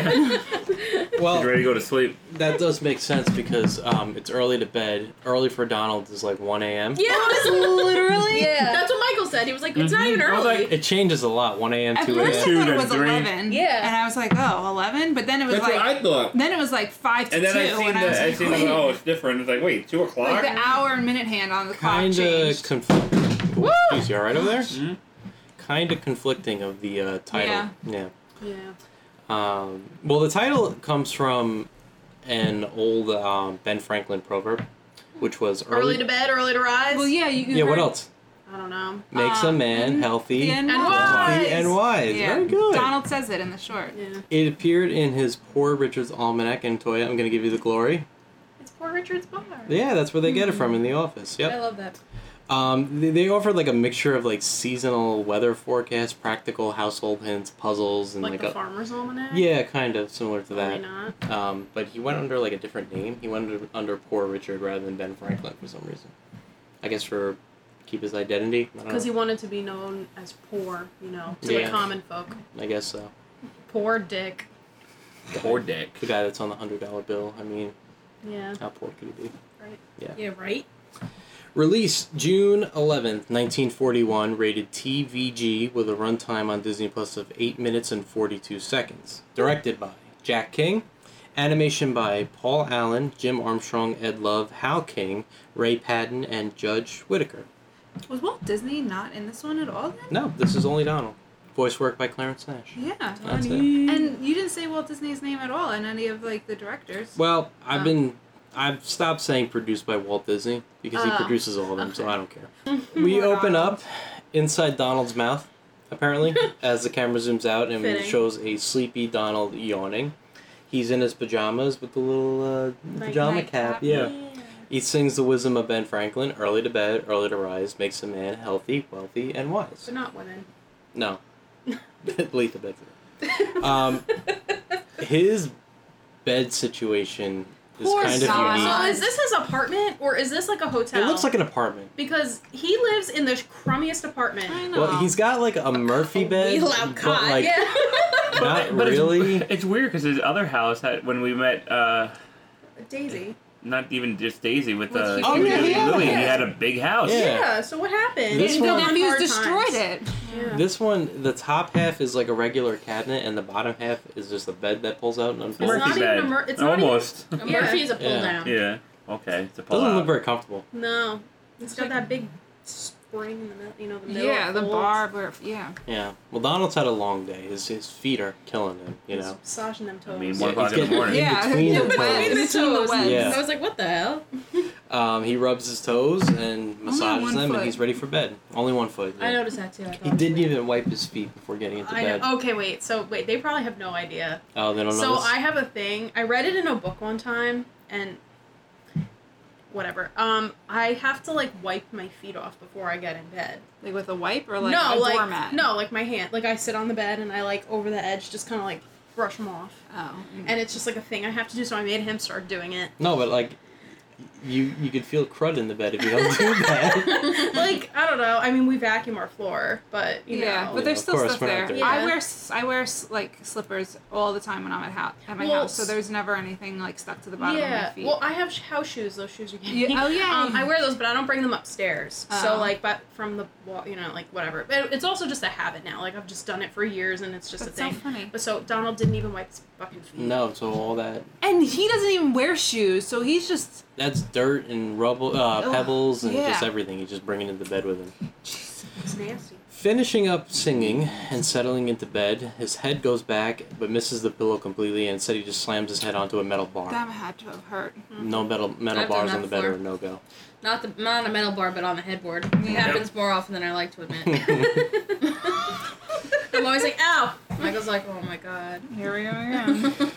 well, Oh. He's ready to go to sleep. That does make sense because um, it's early to bed. Early for Donald is like 1 a.m. Yeah, it was literally. Yeah. That's what Michael said. He was like, it's not even Mhm. I was early. like, It changes a lot 1 a.m., At 2 first a.m. I Two thought to it was three. eleven. Yeah. And I was like, oh, 11? But then it was That's like what I thought. then it was like five to And then two. I seen and the, I was I like, seen the, wait. oh, it's different. It's like, wait, two o'clock? like the hour and minute hand on the clock Kind of changed. conflicting. Woo! Jeez, you alright over there? Mhm. Kind of conflicting of the uh, title. Yeah. Yeah. Um, well, the title comes from an old um, Ben Franklin proverb, which was Early to bed, early to rise. Well, yeah, you. you Yeah, what heard- else? I don't know. Makes a Um, man E? healthy, And And why? healthy and wise. Yeah. Very good. Donald says it in the short. Yeah. It appeared in his Poor Richard's Almanac, and Toya, I'm going to give you the glory. It's poor Richard's bar. Yeah, that's where they get it from Mm-hmm. in the office. I Yep. love that. Um, they, they offered like a mixture of like seasonal weather forecasts, practical household hints, puzzles, and Like, like, the Oh, a, farmer's almanac. yeah, kind of similar to Probably that. not. Um, but he went under like a different name. He went under, under Poor Richard rather than Ben Franklin for some reason. I guess for keep his identity. I don't Because he know. wanted to be known as poor, you know, to Yeah. the common folk. I guess so. Poor Dick. Poor dick. The guy that's on the hundred dollar bill. I mean, Yeah. how poor could he be? Yeah, right? Released June 11th, 1941, rated TVG with a runtime on Disney Plus of 8 minutes and 42 seconds. Directed by Jack King. Animation by Paul Allen, Jim Armstrong, Ed Love, Hal King, Ray Patton, and Judge Whittaker. Was Walt Disney not in this one at all then? No, this is only Donald. Voice work by Clarence Nash. Yeah. That's it. And you didn't say Walt Disney's name at all in any of like the directors. Well, I've Oh. been I've stopped saying produced by Walt Disney because he Oh, produces all of them, so okay. I don't care. we open up inside Donald's mouth, apparently, as the camera zooms out and Fitting. shows a sleepy Donald yawning. He's in his pajamas with the little uh, pajama night cap. cap. Yeah. He sings the wisdom of Ben Franklin: "Early to bed, early to rise makes a man healthy, wealthy, and wise." But not women. No, late to bed. Um, his bed situation is Poor kind Zod. of unique. So is this his apartment or is this like a hotel? It looks like an apartment. because he lives in the crummiest apartment. I know. Well, he's got like a Murphy bed, Wheel-out but cot, like yeah. not but really. It's, it's weird because his other house had when we met. uh Daisy. Not even just Daisy with uh, With the Huey Oh, yeah, he had a Louie. He house. had a big house. Yeah. Yeah. so what happened? This and one- Bill one- Matthews destroyed it. Yeah. This one, the top half is like a regular cabinet, and the bottom half is just a bed that pulls out and unfolds. not Murphy even bed. a mur- it's not even- Almost. A Murphy is a pull Yeah. down. yeah. Okay. It's a pull Doesn't look very comfortable. No. It's got that big spring in the middle, you know, the middle. Yeah, the folds. bar where yeah. Yeah. Well, Donald's had a long day. His his feet are killing him. You He's know. Massaging them toes. I mean, Yeah, one o'clock he's in the getting- morning. Yeah, between the the webs. toes. Between the webs. Yeah. I was like, what the hell? Um, he rubs his toes and massages one them, foot. and he's ready for bed. Only one foot. I yeah. noticed that too. I He thought. didn't even wipe his feet before getting into I bed. know. Okay, wait. So wait, they probably have no idea. Oh, they don't know. So this? I have a thing. I read it in a book one time, and whatever. Um, I have to like wipe my feet off before I get in bed. Like with a wipe or like a no, like doormat. no, like my hand. Like I sit on the bed and I like over the edge, just kind of like brush them off. Oh. And it's just like a thing I have to do. So I made him start doing it. No, but like, you you could feel crud in the bed if you don't do that. like I don't know. I mean, we vacuum our floor, but you Yeah, know. but Yeah, there's of still course, stuff we're not there. dirty. I Yeah. wear s- I wear s- like slippers all the time when I'm at, ho- at my Well, house, so s- there's never anything like stuck to the bottom of my yeah. feet. Well, I have sh- house shoes. Those shoes are getting. Yeah, oh, yeah. Um, I wear those, but I don't bring them upstairs. Oh. So like, but from the wall, you know, like whatever. But it's also just a habit now. Like I've just done it for years, and it's just That's a so thing. funny. But so Donald didn't even wipe his fucking feet. no, so all that and he doesn't even wear shoes, so he's just that's dirt and rubble, uh, Ugh, pebbles, and just yeah. everything. He's just bringing into bed with him. It's nasty. Finishing up singing and settling into bed, his head goes back but misses the pillow completely, and instead he just slams his head onto a metal bar. that had to have hurt. no metal metal I've done bars that on the bed before. are no go. Not the not on a metal bar, but on the headboard. It Yeah. happens more often than I like to admit. I'm always like, ow. Michael's like, oh my god. Here we are again.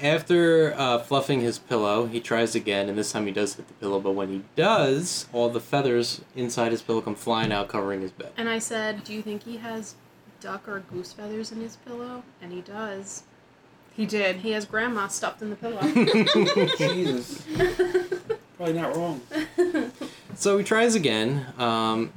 After uh, fluffing his pillow, he tries again, and this time he does hit the pillow. But when he does, all the feathers inside his pillow come flying out, covering his bed. And I said, "Do you think he has duck or goose feathers in his pillow?" And he does. he did. He has grandma stuffed in the pillow. Jesus. Probably not wrong. So he tries again. Um,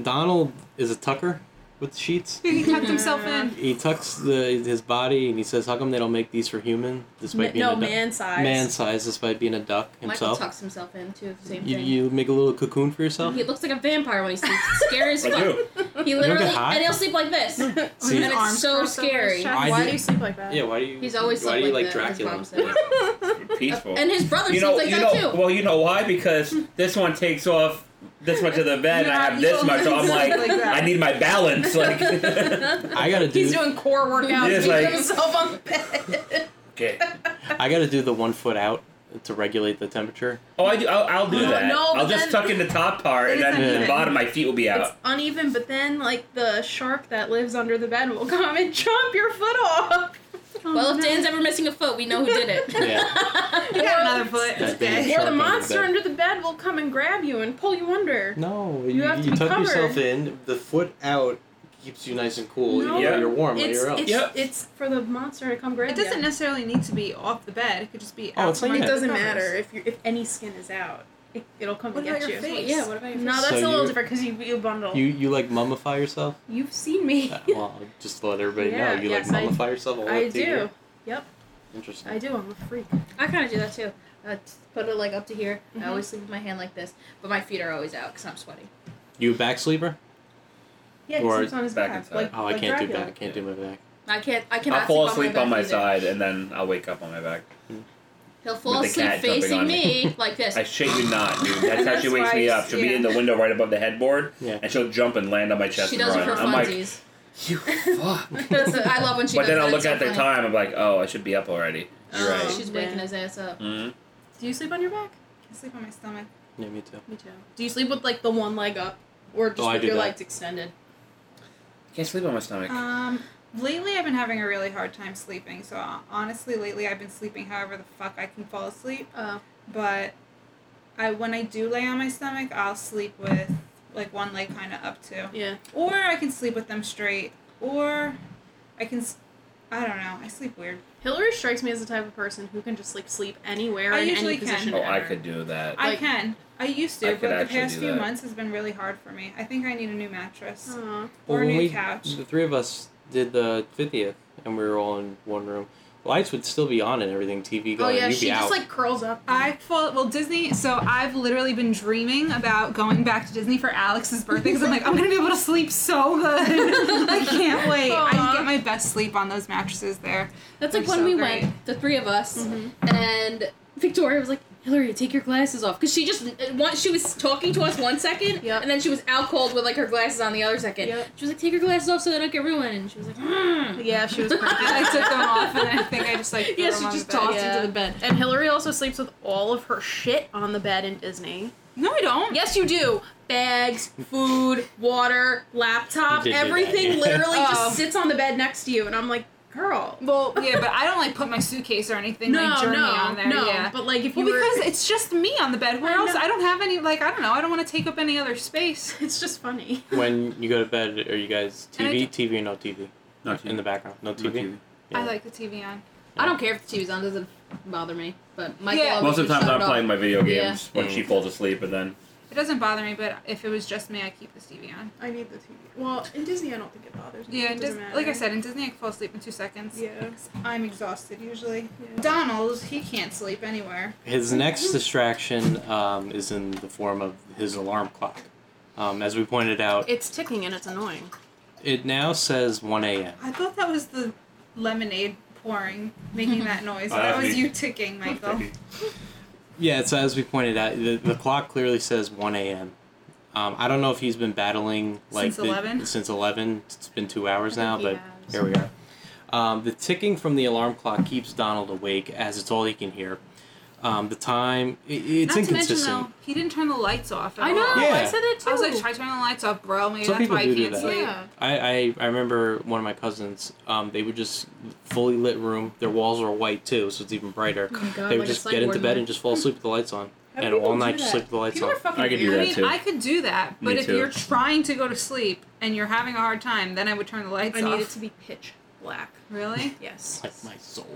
Donald is a tucker with the sheets. He tucked himself in. He tucks the, his body and he says, "How come they don't make these for human?" Despite being no a duck. man size. man size, despite being a duck Michael himself. tucks himself in too. Same You, thing. you make a little cocoon for yourself. He looks like a vampire when he sleeps. It's scary as I fuck. do. He get literally hot? and he'll sleep like this. and See, his arms it's so crossed over his scary. chest. I Why did- do you sleep like that? yeah, why do you? He's always why do you slept like like that, his Dracula? mom said. Yeah. Peaceful. And his brother you sleeps know, like you that know, too. well, you know why? Because this one takes off this much of the bed, and I have this much, so I'm like, Like that. I need my balance. Like, I gotta do. He's doing core workouts. He is He's like- himself on the bed. okay. I gotta do the one foot out to regulate the temperature. Oh, I do, I'll, I'll do No, that. no, but I'll just then- tuck in the top part, and It is then the uneven. bottom, my feet will be It's out. uneven, but then like the shark that lives under the bed will come and chomp your foot off. well, if Dan's ever missing a foot, we know who did it. Yeah. He got another foot. That damn Or shark the under monster bed. under the bed will come and grab you and pull you under. No, you, have to you be tuck yourself covered. in. The foot out keeps you nice and cool. No. even though Yeah. you're warm when It's you're up. it's, Yep. it's for the monster to come grab It doesn't you. necessarily need to be off the bed. It could just be Oh, out it's from like under that. the It doesn't covers. matter if you if any skin is out. it, it'll come What and about get your you. face? Yeah, what about your face? No, that's So a little you- different because you, you bundle. You you like mummify yourself? You've seen me. Uh, well, just to let everybody Yeah, know you yes, I- like mummify yourself. all I up to do. your- Yep, Interesting. I do. I'm a freak. I kind of do that too. Uh, t- put it like up to here. Mm-hmm. I always sleep with my hand like this, but my feet are always out because I'm sweating. You a back sleeper? Yeah, Or he sleeps on his back back. inside. Like, Oh, I like can't do Dracula. that. I can't do my back. I can't. I cannot I'll fall sleep asleep on my, back either. side and then I'll wake up on my back. He'll fall With the asleep cat jumping facing on me. me like this. I shake you not, dude. That's how she That's wakes why me I- up. She'll be yeah. in the window right above the headboard, Yeah. and she'll jump and land on my chest she and does it run. for I'm like, funsies. you fuck. That's- I love when she. but does then that. I'll look It's so at the funny. time. I'm like, oh, I should be up already. Oh, Right. She's waking Yeah. his ass up. Mm-hmm. hmm Do you sleep on your back? I sleep on my stomach. Yeah, me too. Me too. Do you sleep with like the one leg up, or just Oh, I with do your that. legs extended? Can't sleep on my stomach. Um, lately I've been having a really hard time sleeping. So uh, honestly, lately I've been sleeping however the fuck I can fall asleep. Uh, But I when I do lay on my stomach, I'll sleep with like one leg kind of up too, yeah. or I can sleep with them straight, or I can. s- I don't know. I sleep weird. Hillary strikes me as the type of person who can just like sleep anywhere I in usually any can. position. oh, I ever. could do that. I Like- can. I used to, I could but the actually past do few that. months has been really hard for me. I think I need a new mattress Aw. or a when new we, couch. the three of us did the 50th, and we were all in one room. Lights would still be on and everything. TV Oh going. yeah, you'd she be just out. like curls up. I fall well Disney. So I've literally been dreaming about going back to Disney for Alex's birthday because I'm like I'm gonna be able to sleep so good. I can't wait. Aw. I get my best sleep on those mattresses there. That's like They're so when we great. went, the three of us, and Victoria was like, "Hillary, take your glasses off," because she just once she was talking to us one second, Yep. and then she was out cold with like her glasses on the other second. Yep. She was like, "Take your glasses off so they don't get ruined," and she was like, "Mm." yeah, she was. And I took them off and I think I just like threw Yeah, she them on just the bed. tossed Yeah. into the bed. And Hillary also sleeps with all of her shit on the bed in Disney. No, I don't. Yes, you do. Bags, food, water, You laptop, did do that, everything yeah. literally Oh. just sits on the bed next to you, and I'm like, girl. Well, yeah, but I don't like put my suitcase or anything No, like journey no, on there. no. yeah. But like, if you well, were- because it's just me on the bed. Where I else? know. I don't have any. Like I don't know. I don't want to take up any other space. it's just funny. when you go to bed, are you guys And I TV, TV, or no TV Not in the background? No TV. Yeah. I like the TV on. I don't care if the TV's on; doesn't bother me. But Michael, Yeah. always Most of the just times shut I'm it off. playing my video Yeah. games when Mm. she falls asleep, and then It doesn't bother me, but if it was just me, I keep this TV on. I need the TV. Well, in Disney, I don't think it bothers me. Yeah, it it does, doesn't matter. like I said, in Disney, I can fall asleep in two seconds. Yeah. I'm exhausted usually. Yeah. Donald, he can't sleep anywhere. His next distraction um, is in the form of his alarm clock. Um, as we pointed out, It's ticking and it's annoying. it now says 1 a.m. I thought that was the lemonade pouring, making that noise. Oh, that that's was me. you ticking, Michael. Yeah, so as we pointed out, the, the clock clearly says 1 a.m. Um, I don't know if he's been battling like Since the- 11? Since 11, it's been two hours I now, think he but here we are. Um, the ticking from the alarm clock keeps Donald awake, as it's all he can hear. Um, the time i it's Not to inconsistent. mention though, he didn't turn the lights off. At I know. all. Yeah. I said that too. I was like, try turning the lights off, bro. Maybe Some that's people why I do do can't that. sleep. Oh yeah. I, I, I remember one of my cousins. Um, they would just fully lit room. Their walls are white too, so it's even brighter. Oh my God, they would like a just psych get into ward bed room. and just fall asleep with the lights on, How do and people all do night that? just sleep with the lights People on. are fucking I could do weird. I that mean, too. I could do that, but Me if too. you're trying to go to sleep and you're having a hard time, then I would turn the lights I off. need it to be pitch black. Really? Yes. Like my soul.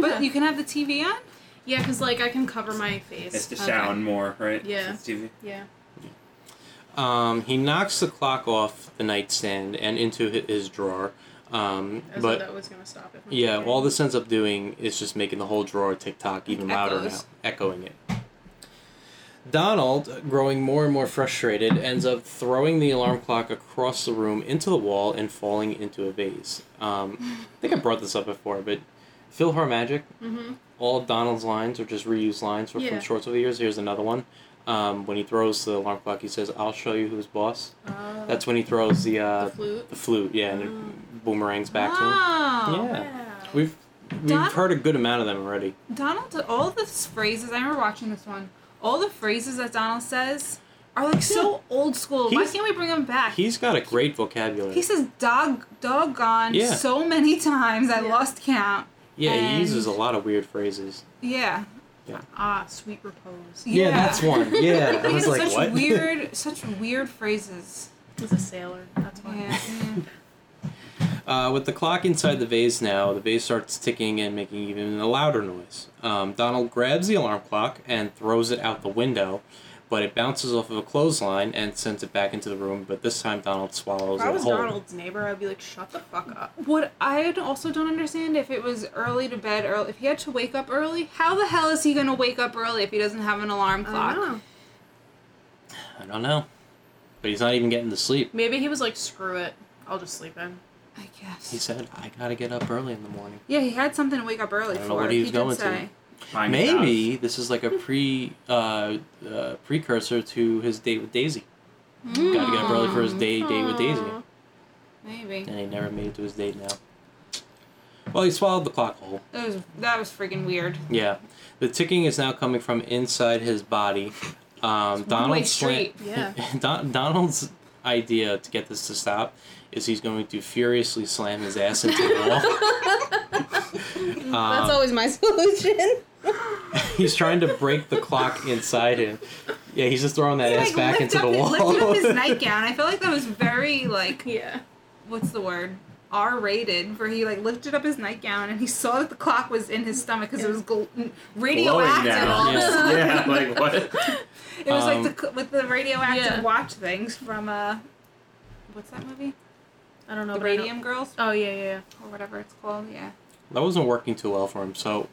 but you can have the TV on. Yeah, because like I can cover my face. it's the Okay. sound more, right? Yeah. It's TV. Yeah. Um, he knocks the clock off the nightstand and into hi- his drawer. Um, As but if that was gonna stop it. From yeah, ticking. all this ends up doing is just making the whole drawer tick tock even louder now, Echoes. echoing it. Donald, growing more and more frustrated, ends up throwing the alarm clock across the room into the wall and falling into a vase. Um, I think I brought this up before, but Philhar Magic, all of Donald's lines are just reused lines from, Yeah. from shorts over the years. Here's another one. Um, when he throws the alarm clock, he says, I'll show you who's boss. Oh, That's when he throws the, uh, the flute. the flute, yeah, and Mm. it boomerangs back to him. Wow. Yeah. We've we've Don- heard a good amount of them already. Donald, all the phrases, I remember watching this one, all the phrases that Donald says are like so old school. Why He's- can't we bring them back? He's got a great vocabulary. he says dog, doggone Yeah. so many times, I Yeah. lost count. yeah, he and- uses a lot of weird phrases. Yeah. Ah, sweet repose. Yeah, that's one. Yeah, I He was has like, such what? weird, such weird phrases. He's a sailor. That's why. Yeah. yeah. Uh, with the clock inside the vase now, the vase starts ticking and making even a louder noise. Um, Donald grabs the alarm clock and throws it out the window, but it bounces off of a clothesline and sends it back into the room. But this time, Donald swallows If I it was whole. Donald's neighbor, I'd be like, shut the fuck up. What I also don't understand if it was early to bed, early if he had to wake up early, how the hell is he gonna wake up early if he doesn't have an alarm I clock? don't know. I don't know, but he's not even getting to sleep. Maybe he was like, screw it. I'll just sleep in. I guess. He said, "I gotta get up early in the morning." yeah, he had something to wake up early I don't for. know what he was did going to. say. Find Maybe this is like a pre uh, uh, precursor to his date with Daisy. Gotta get up early for his day date with Daisy. Maybe. and he never made it to his date now. Well, he swallowed the clock hole. That was that was freaking weird. Yeah. The ticking is now coming from inside his body. Um, One-way Donald's slant- street. Yeah. Don- Donald's idea to get this to stop is he's going to furiously slam his ass into the wall. uh, That's always my solution. he's trying to break the clock inside him. Yeah, he's just throwing that ass Like, back lift into up the his- wall. lifted up his nightgown. I feel like that was very like Yeah. what's the word r-rated where he like lifted up his nightgown and he saw that the clock was in his stomach because it was gl- Glowing radioactive all now. of a Yeah. sudden. yeah, like what? it was Um, like the, cl- with the radioactive Yeah. watch things from uh what's that movie I don't know. the but I know- radium girls Oh, yeah, yeah, yeah. or whatever it's called yeah that wasn't working too well for him. So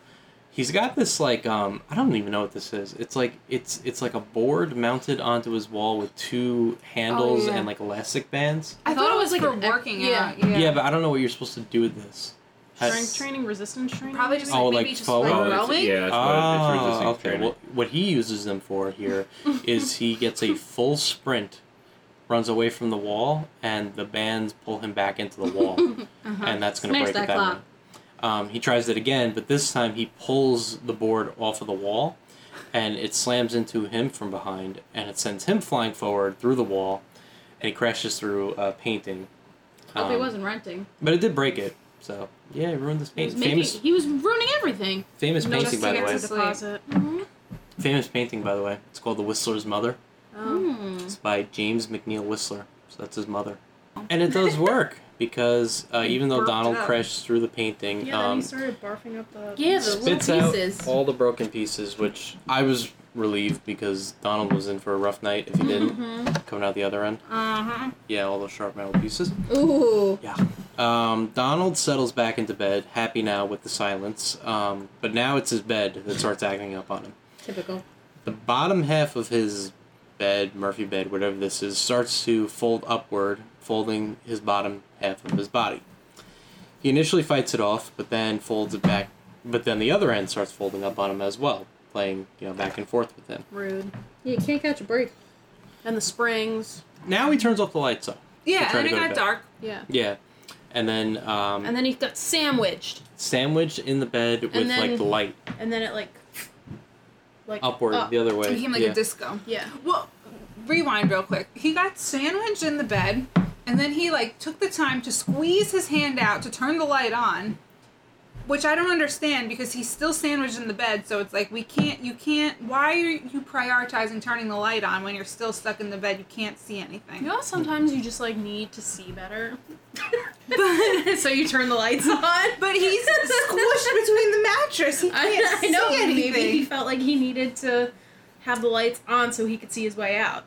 he's got this like um I don't even know what this is. It's like it's it's like a board mounted onto his wall with two handles Oh, yeah. and like elastic bands. i, thought, it was like for an ep- working yeah. out yeah, Yeah. but I don't know what you're supposed to do with this. I- Strength training, resistance training. probably just like, Oh, maybe like just forward? like Oh, it's- rowing yeah, that's what it's Oh, resistance okay. training. Well, what he uses them for here is he gets a full sprint, runs away from the wall, and the bands pull him back into the wall, Uh-huh. and that's going to Smash break that it that clock. way. Um, he tries it again, but this time he pulls the board off of the wall, and it slams into him from behind, and it sends him flying forward through the wall, and he crashes through a painting. Hope he Um, wasn't renting. But it did break it, so yeah, it ruined this He was painting. making. Famous, He was ruining everything. famous Notice painting to by the get way. to deposit. Famous painting, by the way. It's called The Whistler's Mother. Mm. Oh. It's by James McNeil Whistler. So that's his mother. And it does work because uh, even though burped Donald it up. crashes through the painting, Yeah, then um, he started barfing up the. Yeah, the spits little out pieces. all the broken pieces, which I was relieved because Donald was in for a rough night if he didn't. Mm-hmm. Coming out the other end. uh-huh Yeah, all those sharp metal pieces. Ooh. Yeah. Um, Donald settles back into bed, happy now with the silence. Um, but now it's his bed that starts acting up on him. Typical. the bottom half of his bed, Murphy bed, whatever this is, starts to fold upward, folding his bottom half of his body. He initially fights it off, but then folds it back. But then the other end starts folding up on him as well, playing you know back and forth with him. Rude. Yeah, you can't catch a break. And the springs. Now he turns off the lights though. yeah try and then it to go to got bed. dark Yeah. Yeah, and then um, And then he got sandwiched. sandwiched in the bed with then- like the light And then it like. Like. upward up. the other way. it became like yeah. a disco Yeah. Well, rewind real quick. He got sandwiched in the bed, and then he like took the time to squeeze his hand out to turn the light on, which I don't understand because he's still sandwiched in the bed. So it's like we can't, you can't. Why are you prioritizing turning the light on when you're still stuck in the bed? You can't see anything. You know, how sometimes you just like need to see better. so you turn the lights on. But he's squished between the mattress. He can't I, I know. see anything. Maybe he felt like he needed to have the lights on so he could see his way out.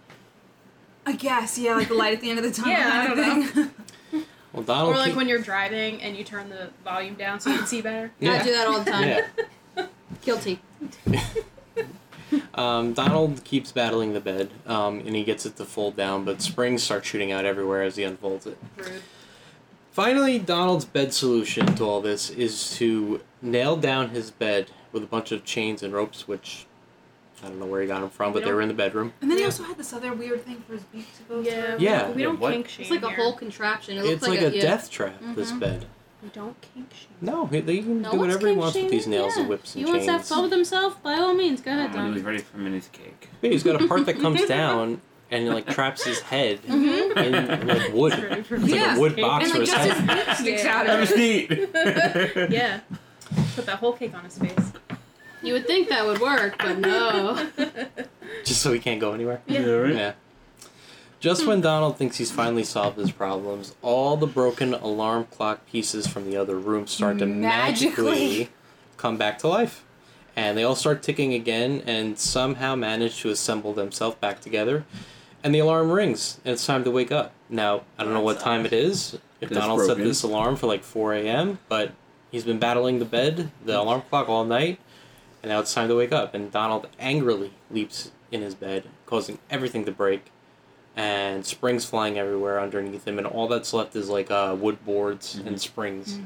I guess yeah, like the light at the end of the tunnel. Yeah, I kind don't of thing. Well, Donald. Or like keep- when you're driving and you turn the volume down so you can see better. I do that all the time. yeah. Guilty. Um, Donald keeps battling the bed, um, and he gets it to fold down, but springs start shooting out everywhere as he unfolds it. Rude. Finally, Donald's bed solution to all this is to nail down his bed with a bunch of chains and ropes, which I don't know where he got them from, but they were in the bedroom. And then he also had this other weird thing for his beak to go through. Yeah. Yeah. We, we don't Yeah, what- kink shame. It's like a here. whole contraption. It looks It's like, a yeah. Mm-hmm. death trap, this bed. We don't kink shame. No, he, he can No do one's whatever he kink wants with shaming, these nails yeah. and whips and He chains. wants to have fun with himself? By all means, go ahead, When he was Don. ready for Minnie's cake. Yeah, he's got a part that comes down and it, like traps his head Mm-hmm. in Mm-hmm. like wood. It's like Yeah. a wood box And for like his just head. his beak sticks Yeah. out That of it. was neat. Yeah. Put that whole cake on his face. You would think that would work, but no. Just so he can't go anywhere. Yeah, right? Yeah. Just when Donald thinks he's finally solved his problems, all the broken alarm clock pieces from the other room start to magically, Magically. come back to life. And they all start ticking again and somehow manage to assemble themselves back together. And the alarm rings, and it's time to wake up. Now, I don't know what time it is. If That's Donald set broken. this alarm for like 4 a.m., but he's been battling the bed, the alarm clock all night, and now it's time to wake up. And Donald angrily leaps in his bed, causing everything to break and springs flying everywhere underneath him, and all that's left is like uh, wood boards Mm-hmm. and springs.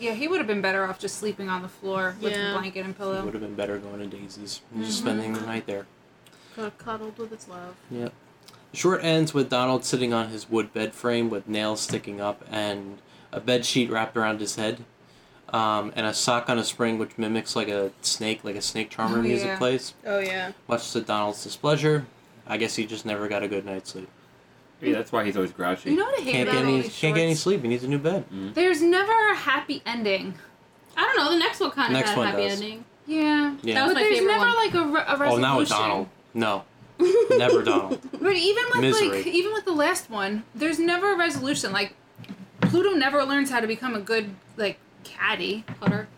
Yeah, he would have been better off just sleeping on the floor with Yeah. a blanket and It pillow. would have been better going to Daisy's and just Mm-hmm. spending the night there. Cuddled with its love. Yep. The short ends with Donald sitting on his wood bed frame with nails sticking up and a bed sheet wrapped around his head, um, and a sock on a spring which mimics like a snake, like a snake charmer Oh, music yeah. plays. Oh yeah. Much to Donald's displeasure, I guess he just never got a good night's sleep. Maybe that's why he's always grouchy. You know what I hate Can't about get all any, these can't get any shorts? sleep. He needs a new bed. There's never a happy ending. I don't know. The next one kind of Next had one a happy does. ending. Yeah. Yeah. That But was my there's favorite never one. like a, re- a resolution. oh, now with Donald. No, never Donald. But even with like Misery. even with the last one, there's never a resolution. Like Pluto never learns how to become a good like caddy. Cutter.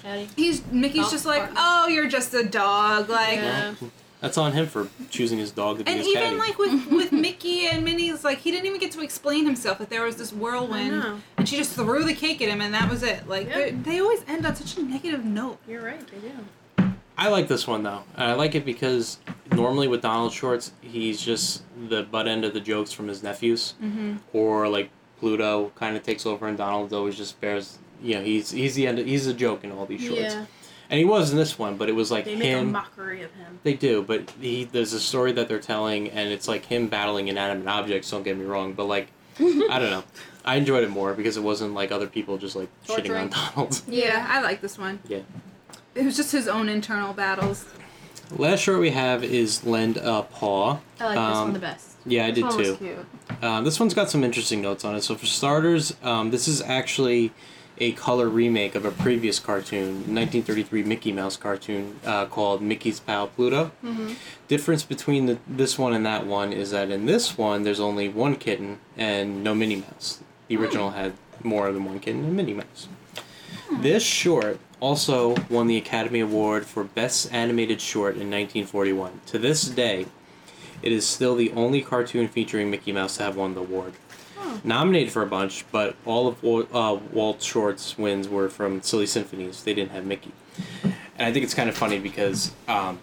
Caddy. He's Mickey's Dog just like, partner. oh, you're just a dog. Like, Yeah. That's on him for choosing his dog to be and his even caddy. like with with Mickey and Minnie's, like he didn't even get to explain himself. That there was this I whirlwind, know. and she just threw the cake at him, and that was it. Like Yeah. they they always end on such a negative note. You're right. They do. I like this one though. And I like it because normally with Donald Shorts, he's just the butt end of the jokes from his nephews, mm-hmm. or like Pluto kind of takes over, and Donald always just bears. You know, he's he's the end. Of, he's a joke in all these shorts, Yeah. and he was in this one, but it was like They make a him. mockery of him. They do, but he there's a story that they're telling, and it's like him battling inanimate objects. Don't get me wrong, but like, I don't know. I enjoyed it more because it wasn't like other people just like shitting on Torturing. Donald. Yeah, I like this one. Yeah. It was just his own internal battles. Last short we have is Lend a Paw. I like this Um, one the best. Yeah, I did That was too. cute. Uh, this one's got some interesting notes on it. So for starters, um, this is actually a color remake of a previous cartoon, 1933 Mickey Mouse cartoon uh, called Mickey's Pal Pluto. Mm-hmm. Difference between the, this one and that one is that in this one there's only one kitten and no Minnie Mouse. Hmm. The original had more than one kitten and Minnie Mouse. Hmm. This short also won the Academy Award for Best Animated Short in 1941. To this day, it is still the only cartoon featuring Mickey Mouse to have won the award. Nominated for a bunch, but all of Wa- uh, Walt Short's wins were from Silly Symphonies. They didn't have Mickey. And I think it's kind of funny because um,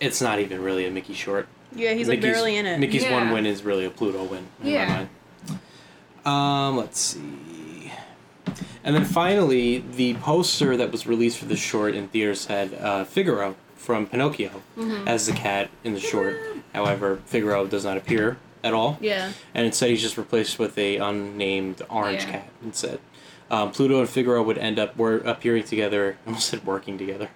it's not even really a Mickey short. Yeah, he's like Mickey's- barely in it. Mickey's one Yeah. win is really a Pluto win. In Yeah. My mind. Um, let's see. And then finally, the poster that was released for the short in theaters had uh, Figaro from Pinocchio Mm-hmm. as the cat in the short. However, Figaro does not appear at all. Yeah. And instead, he's just replaced with a unnamed orange Yeah. cat instead. Um, Pluto and Figaro would end up wor- appearing together. I almost said working together.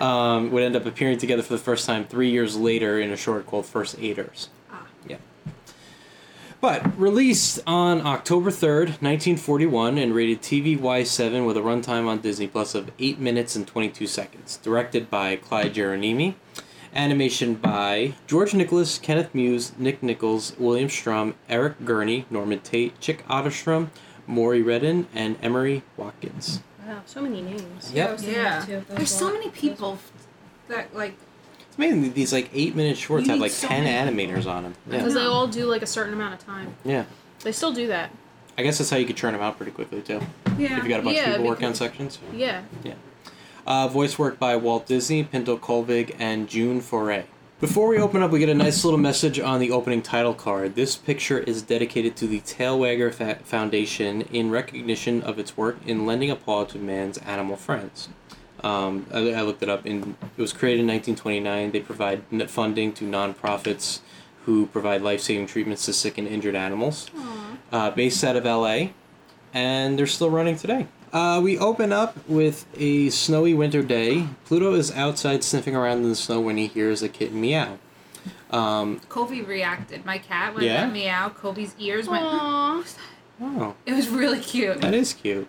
um, would end up appearing together for the first time three years later in a short called First Aiders. Yeah. But released on October 3rd, 1941, and rated TV Y7 with a runtime on Disney Plus of 8 minutes and 22 seconds. Directed by Clyde Geronimi. Animation by George Nicholas, Kenneth Muse, Nick Nichols, William Strum, Eric Gurney, Norman Tate, Chick Otterstrom, Maury Redden, and Emery Watkins. Wow, so many names. Yep. Yeah. There's so many. many people that like It's amazing these like eight minute shorts You have need like so ten many animators on them. Yeah, Because they all do like a certain amount of time. yeah. They still do that. I guess that's how you could churn them out pretty quickly too. yeah. If you got a bunch Yeah, of people working on because- sections. Yeah. Uh, voice work by Walt Disney, Pinto Colvig, and June Foray. Before we open up, we get a nice little message on the opening title card. This picture is dedicated to the Tailwagger Fa- Foundation in recognition of its work in lending a paw to man's animal friends. Um, I, I looked it up, and it was created in 1929. They provide n- funding to nonprofits who provide life-saving treatments to sick and injured animals. Uh, based out of L.A., and they're still running today. Uh, we open up with a snowy winter day. Pluto is outside sniffing around in the snow when he hears a kitten meow. Um, Kobe reacted. My cat when Yeah? that meow, Kobe's ears went. Aww. oh, It was really cute. that is cute.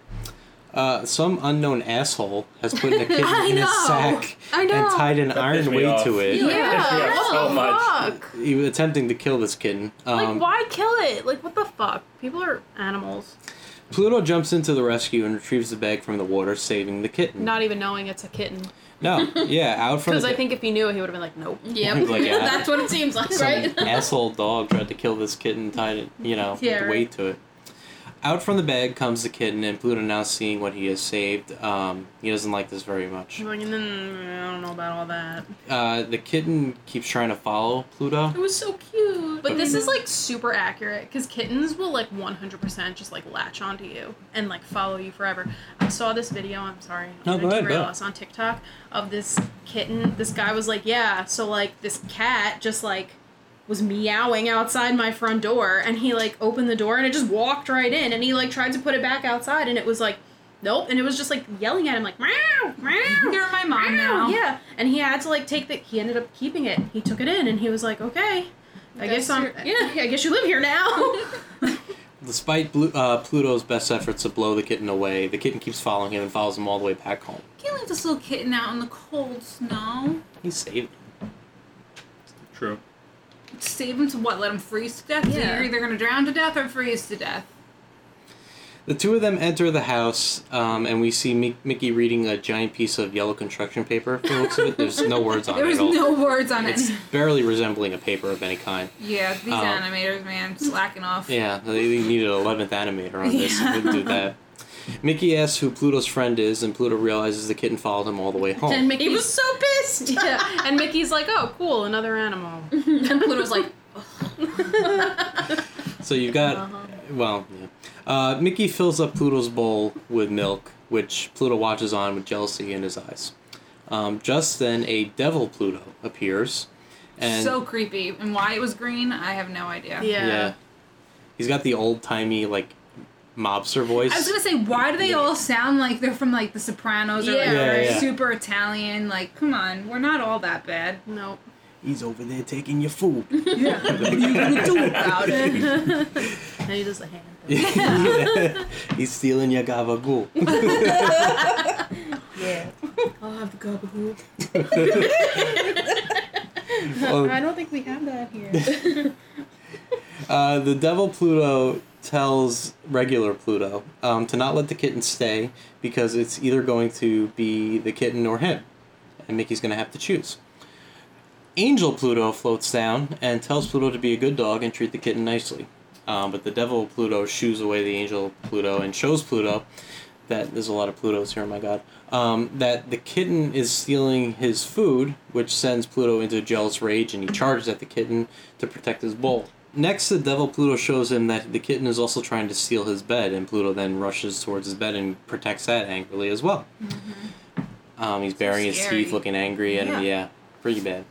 Uh, some unknown asshole has put a kitten I in a know. sack I know. and tied an pissed iron me weight off. to it. Yeah, what so the much. fuck? He was attempting to kill this kitten. Like, Oh Um, why kill it? Like, what the fuck? People are animals. Pluto jumps into the rescue and retrieves the bag from the water, saving the kitten. Not even knowing it's a kitten. no, yeah, out from Because the I think if he knew, he would have been like, nope. Yep. Like, yeah. That's what it seems like, some right? asshole dog tried to kill this kitten, tied it, you know, Yeah, with right. weight to it. Out from the bag comes the kitten, and Pluto now seeing what he has saved. Um, he doesn't like this very much. Like, mm, I don't know about all that. Uh, the kitten keeps trying to follow Pluto. It was so cute. But this is like super accurate because kittens will like 100% just like latch onto you and like follow you forever. I saw this video, I'm sorry, I'm No, gonna go ahead, derail go. us on TikTok of this kitten. This guy was like, Yeah, so like this cat just like was meowing outside my front door and he like opened the door and it just walked right in and he like tried to put it back outside and it was like, Nope, and it was just like yelling at him like meow, meow. You're my mom Wow, now. Yeah, and he had to like take the. He ended up keeping it. He took it in, and he was like, "Okay, I guess guys I'm. are- Yeah, I guess you live here now." Despite Blu- uh, Pluto's best efforts to blow the kitten away, the kitten keeps following him and follows him all the way back home. Can't leave this little kitten out in the cold snow. He saved. him. True. Save him to what? Let him freeze to death? So Yeah. You're either gonna drown to death or freeze to death. The two of them enter the house, um, and we see Mi- Mickey reading a giant piece of yellow construction paper. From the looks of it, there's no words on There it was at all. no words on It's it. barely resembling a paper of any kind. Yeah, these Um, animators, man, slacking off. Yeah, they they needed an eleventh animator on this. They Wouldn't do that. Mickey asks who Pluto's friend is, and Pluto realizes the kitten followed him all the way and home. Mickey he was so pissed. yeah, and Mickey's like, "Oh, cool, another animal." and Pluto's like, So you've got, Uh-huh. well, yeah. Uh, Mickey fills up Pluto's bowl with milk, which Pluto watches on with jealousy in his eyes. Um, just then, a devil Pluto appears, and so creepy. And why it was green, I have no idea. Yeah. yeah, he's got the old timey like mobster voice. I was gonna say, why do they all sound like they're from like The Sopranos or like Yeah. Yeah, yeah. super Italian? Like, come on, we're not all that bad. Nope. He's over there taking your food. About it. And he does the hand. He's stealing your gabagool. I'll have the gabagool. Well, I don't think we have that here. Uh, the devil Pluto tells regular Pluto um, to not let the kitten stay because it's either going to be the kitten or him, and Mickey's going to have to choose. Angel Pluto floats down and tells Pluto to be a good dog and treat the kitten nicely. Um, but the devil Pluto shoos away the angel Pluto and shows Pluto that there's a lot of Plutos here, oh my god, um, that the kitten is stealing his food, which sends Pluto into a jealous rage and he charges at the kitten to protect his bowl. Next, the devil Pluto shows him that the kitten is also trying to steal his bed, and Pluto then rushes towards his bed and protects that angrily as well. Um, he's baring his Mm-hmm. scary. teeth, looking angry at him. Yeah. Yeah, pretty bad.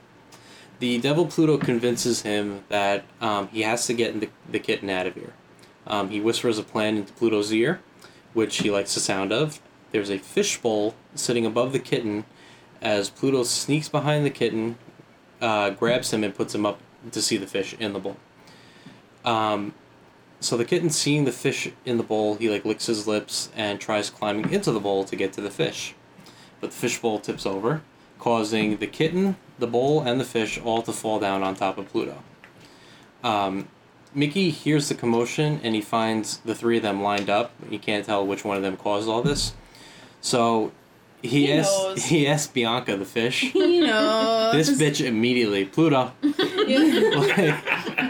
The devil Pluto convinces him that um, he has to get the, the kitten out of here. Um, he whispers a plan into Pluto's ear, which he likes the sound of. There's a fishbowl sitting above the kitten as Pluto sneaks behind the kitten, uh, grabs him, and puts him up to see the fish in the bowl. Um, so the kitten, seeing the fish in the bowl, he like licks his lips and tries climbing into the bowl to get to the fish. But the fishbowl tips over, causing the kitten, the bowl, and the fish all to fall down on top of Pluto. Um, Mickey hears the commotion and he finds the three of them lined up. He can't tell which one of them caused all this. So he, He asks knows. he asks Bianca the fish. you know. this bitch immediately, Pluto. Like,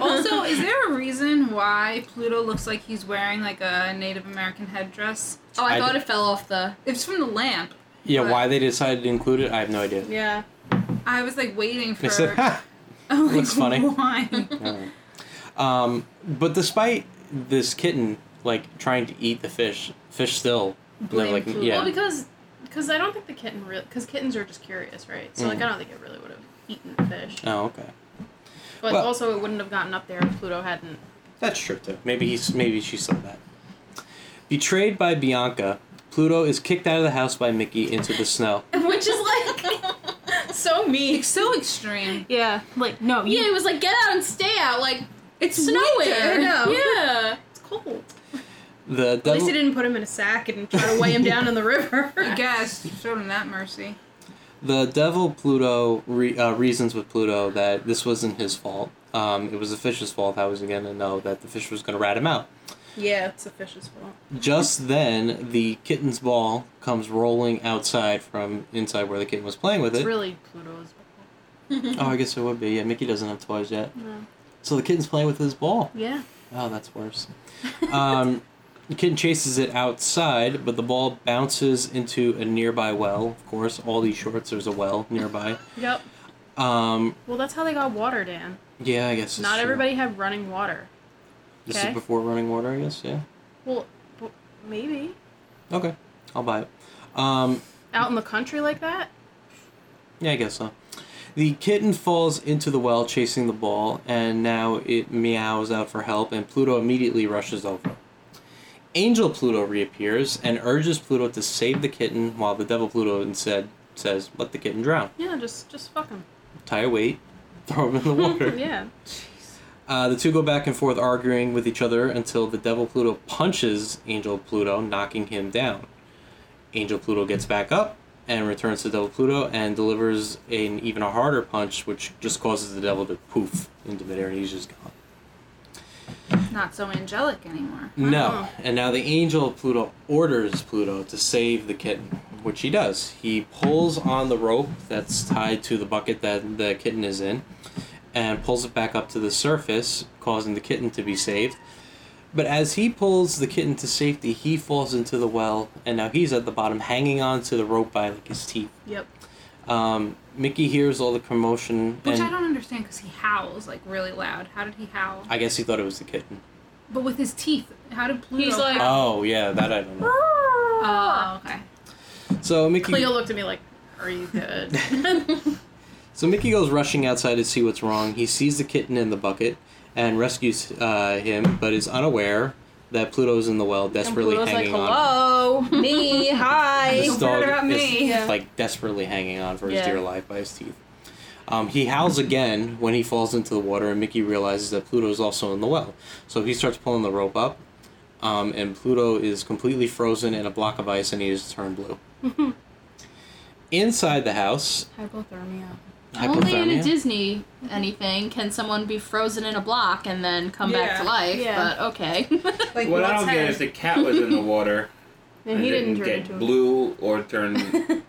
also, is there a reason why Pluto looks like he's wearing like a Native American headdress? oh, I, I thought d- it fell off the. It's from the lamp. yeah, why they decided to include it, I have no idea. Yeah. I was like waiting for. They said, "Ha, I'm like, looks funny." Why? Um, but despite this kitten like trying to eat the fish, fish still they're Blame like food. Well, yeah. because because I don't think the kitten really because kittens are just curious, right? So like Mm. I don't think it really would have eaten the fish, Oh, okay. but well- also it wouldn't have gotten up there if Pluto hadn't. That's true too. Maybe he's maybe she saw that. Betrayed by Bianca, Pluto is kicked out of the house by Mickey into the snow. Which is like so mean. It's so extreme. Yeah. Like no. Yeah, it was like get out and stay out. Like It's snowing. winter. Yeah. It's cold. The At least devil, they didn't put him in a sack and try to weigh him down in the river. I guess. Showed him that mercy. the devil Pluto re, uh, reasons with Pluto that this wasn't his fault. Um, it was the fish's fault. How was he gonna know that the fish was gonna rat him out? Yeah, it's a fish's fault. Just then, the kitten's ball comes rolling outside from inside where the kitten was playing with It's it. really Pluto's fault. oh, I guess it would be. Yeah, Mickey doesn't have toys yet. So the kitten's playing with his ball. Yeah. Oh, that's worse. Um, the kitten chases it outside, but the ball bounces into a nearby well. Of course, all these shorts, there's a well nearby. Yep. Um, Well, that's how they got water, Dan. yeah, I guess. it's Not true. everybody had running water. This okay. is before running water, I guess. Yeah. Well, well, maybe Okay, I'll buy it. Um, out in the country like that. Yeah, I guess so. The kitten falls into the well chasing the ball, and now it meows out for help, and Pluto immediately rushes over. Angel Pluto reappears and urges Pluto to save the kitten, while the devil Pluto instead says, Let the kitten drown. Yeah, just just fuck him. Tie a weight, throw him in the water. yeah. Uh, the two go back and forth arguing with each other until the devil Pluto punches Angel Pluto, knocking him down. Angel Pluto gets back up and returns to devil Pluto and delivers an even a harder punch, which just causes the devil to poof into midair and he's just gone. Not so angelic anymore. No. And now the angel Pluto orders Pluto to save the kitten, which he does. He pulls on the rope that's tied to the bucket that the kitten is in and pulls it back up to the surface, causing the kitten to be saved. But as he pulls the kitten to safety, he falls into the well, and now he's at the bottom, hanging on to the rope by like his teeth. Yep. Um, Mickey hears all the commotion, Which and I don't understand because he howls like really loud. How did he howl? I guess he thought it was the kitten. But with his teeth. How did Pluto? He's like- howl? Oh yeah, that I don't know. "Ah." Oh, okay. So Mickey. Cleo looked at me like, "Are you good?" So Mickey goes rushing outside to see what's wrong. He sees the kitten in the bucket and rescues uh, him, but is unaware that Pluto's in the well, desperately Pluto's like, hanging on. Oh, "Hello, me, hi." This dog about is, me. Yeah. like desperately hanging on for his Yeah. dear life by his teeth. Um, he howls again when he falls into the water, and Mickey realizes that Pluto's also in the well. So he starts pulling the rope up, um, and Pluto is completely frozen in a block of ice, and he is turned blue. Inside the house, Hypothermia. hypothermia. Only in a Disney anything can someone be frozen in a block and then come back Yeah, to life. yeah. But okay. Like What I let's don't get head- is the cat was in the water And and he didn't didn't turn into get a- blue or turn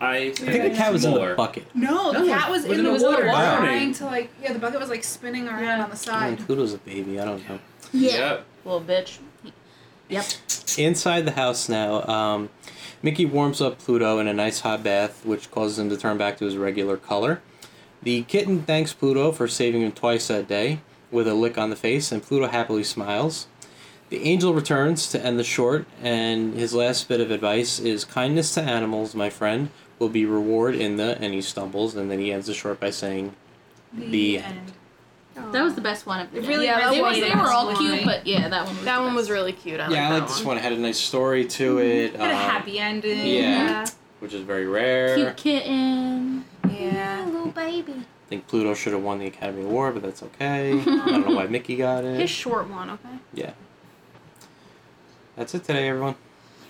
ice. I think the cat was in Smaller. the bucket. No, the No, cat was it was in the in the water water. trying Drowning. to like yeah, the bucket was like spinning around on the Man, side. Pluto's a baby. I don't know. Yep. Little bitch. Inside the house now, um, Mickey warms up Pluto in a nice hot bath, which causes him to turn back to his regular color. The kitten thanks Pluto for saving him twice that day with a lick on the face, and Pluto happily smiles. The angel returns to end the short, and his last bit of advice is kindness to animals, my friend, will be reward in the. And he stumbles, and then he ends the short by saying, The end. That was the best one of the It day. really Yeah, that they, was were- the they were best all one. cute, but yeah, that one was That the one best. was really cute. Yeah, I I like like that this one. It had a nice story to it. Mm-hmm. Had a um, happy ending. Yeah, which is very rare. cute kitten. Mm-hmm. Yeah. Little baby. I think Pluto should have won the Academy Award, but that's okay. I don't know why Mickey got His it. short one, okay? Yeah. That's it today, everyone.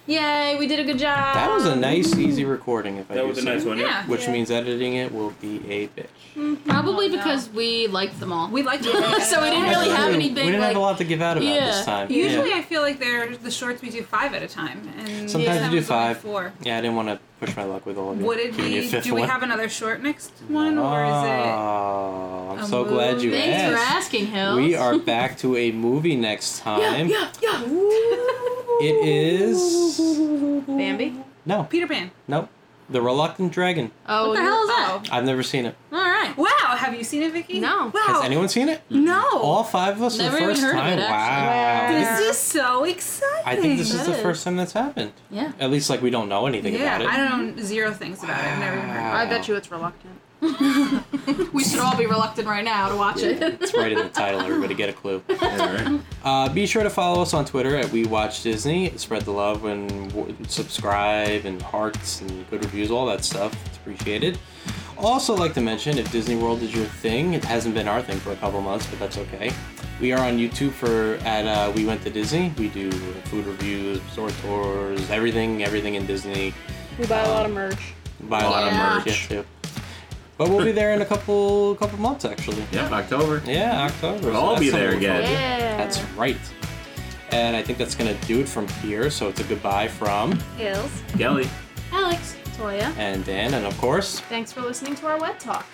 Yay, we did a good job. That was a nice, easy recording, if I That do was a say nice it. one. Yeah. Um, Yeah. Which means editing it will be a bitch. Probably Oh, no. because we liked them all. We liked it. So we didn't really That's have true. anything, We didn't have a like- lot to give out about Yeah. this time. Usually, yeah. I feel like they're the shorts we do five at a time, and Sometimes this we time do was only five. Four. yeah, I didn't want to push my luck with all of you. What did Giving you a we? fifth Do we one. have another short next one, or is Oh, I'm a so glad you movie? Thanks for asked. asking, Hill. We are back to a movie next time. Yeah, yeah. It is. Bambi? No, it Peter Pan? no. The Reluctant Dragon. Oh, what the hell is that? Oh. I've never seen it. All right. Wow, have you seen it, Vicky? No. Wow. Has anyone Oh, seen it? no. All five of us for Never the even first heard of time. it, wow. actually. This is so exciting. I think this is the That is. first time that's happened. Yeah. At least like we don't know anything Yeah, about it. I don't know zero things about it. I've never even heard. I bet you it's reluctant. We should all be reluctant right now to watch it. It's right in the title. Everybody get a clue. Alright. Uh, be sure to follow us on Twitter at We Watch Disney. Spread the love and w- subscribe and hearts and good reviews, all that stuff. It's appreciated. also like to mention if Disney World is your thing, it hasn't been our thing for a couple months, but that's okay. We are on YouTube for at uh, We Went to Disney. We do food reviews, store tours, everything, everything in Disney. We buy a lot of merch. Buy a lot Yeah. of merch. Yes, too. But we'll be there in a couple couple months actually. Yep, October. Yeah, October. We'll all That's be something there we're gonna again. do. Yeah. That's right. And I think that's gonna do it from here. So it's a goodbye from Hills. Gelly. Alex. Toya. and Dan, and of course, Thanks for listening to our wet talk.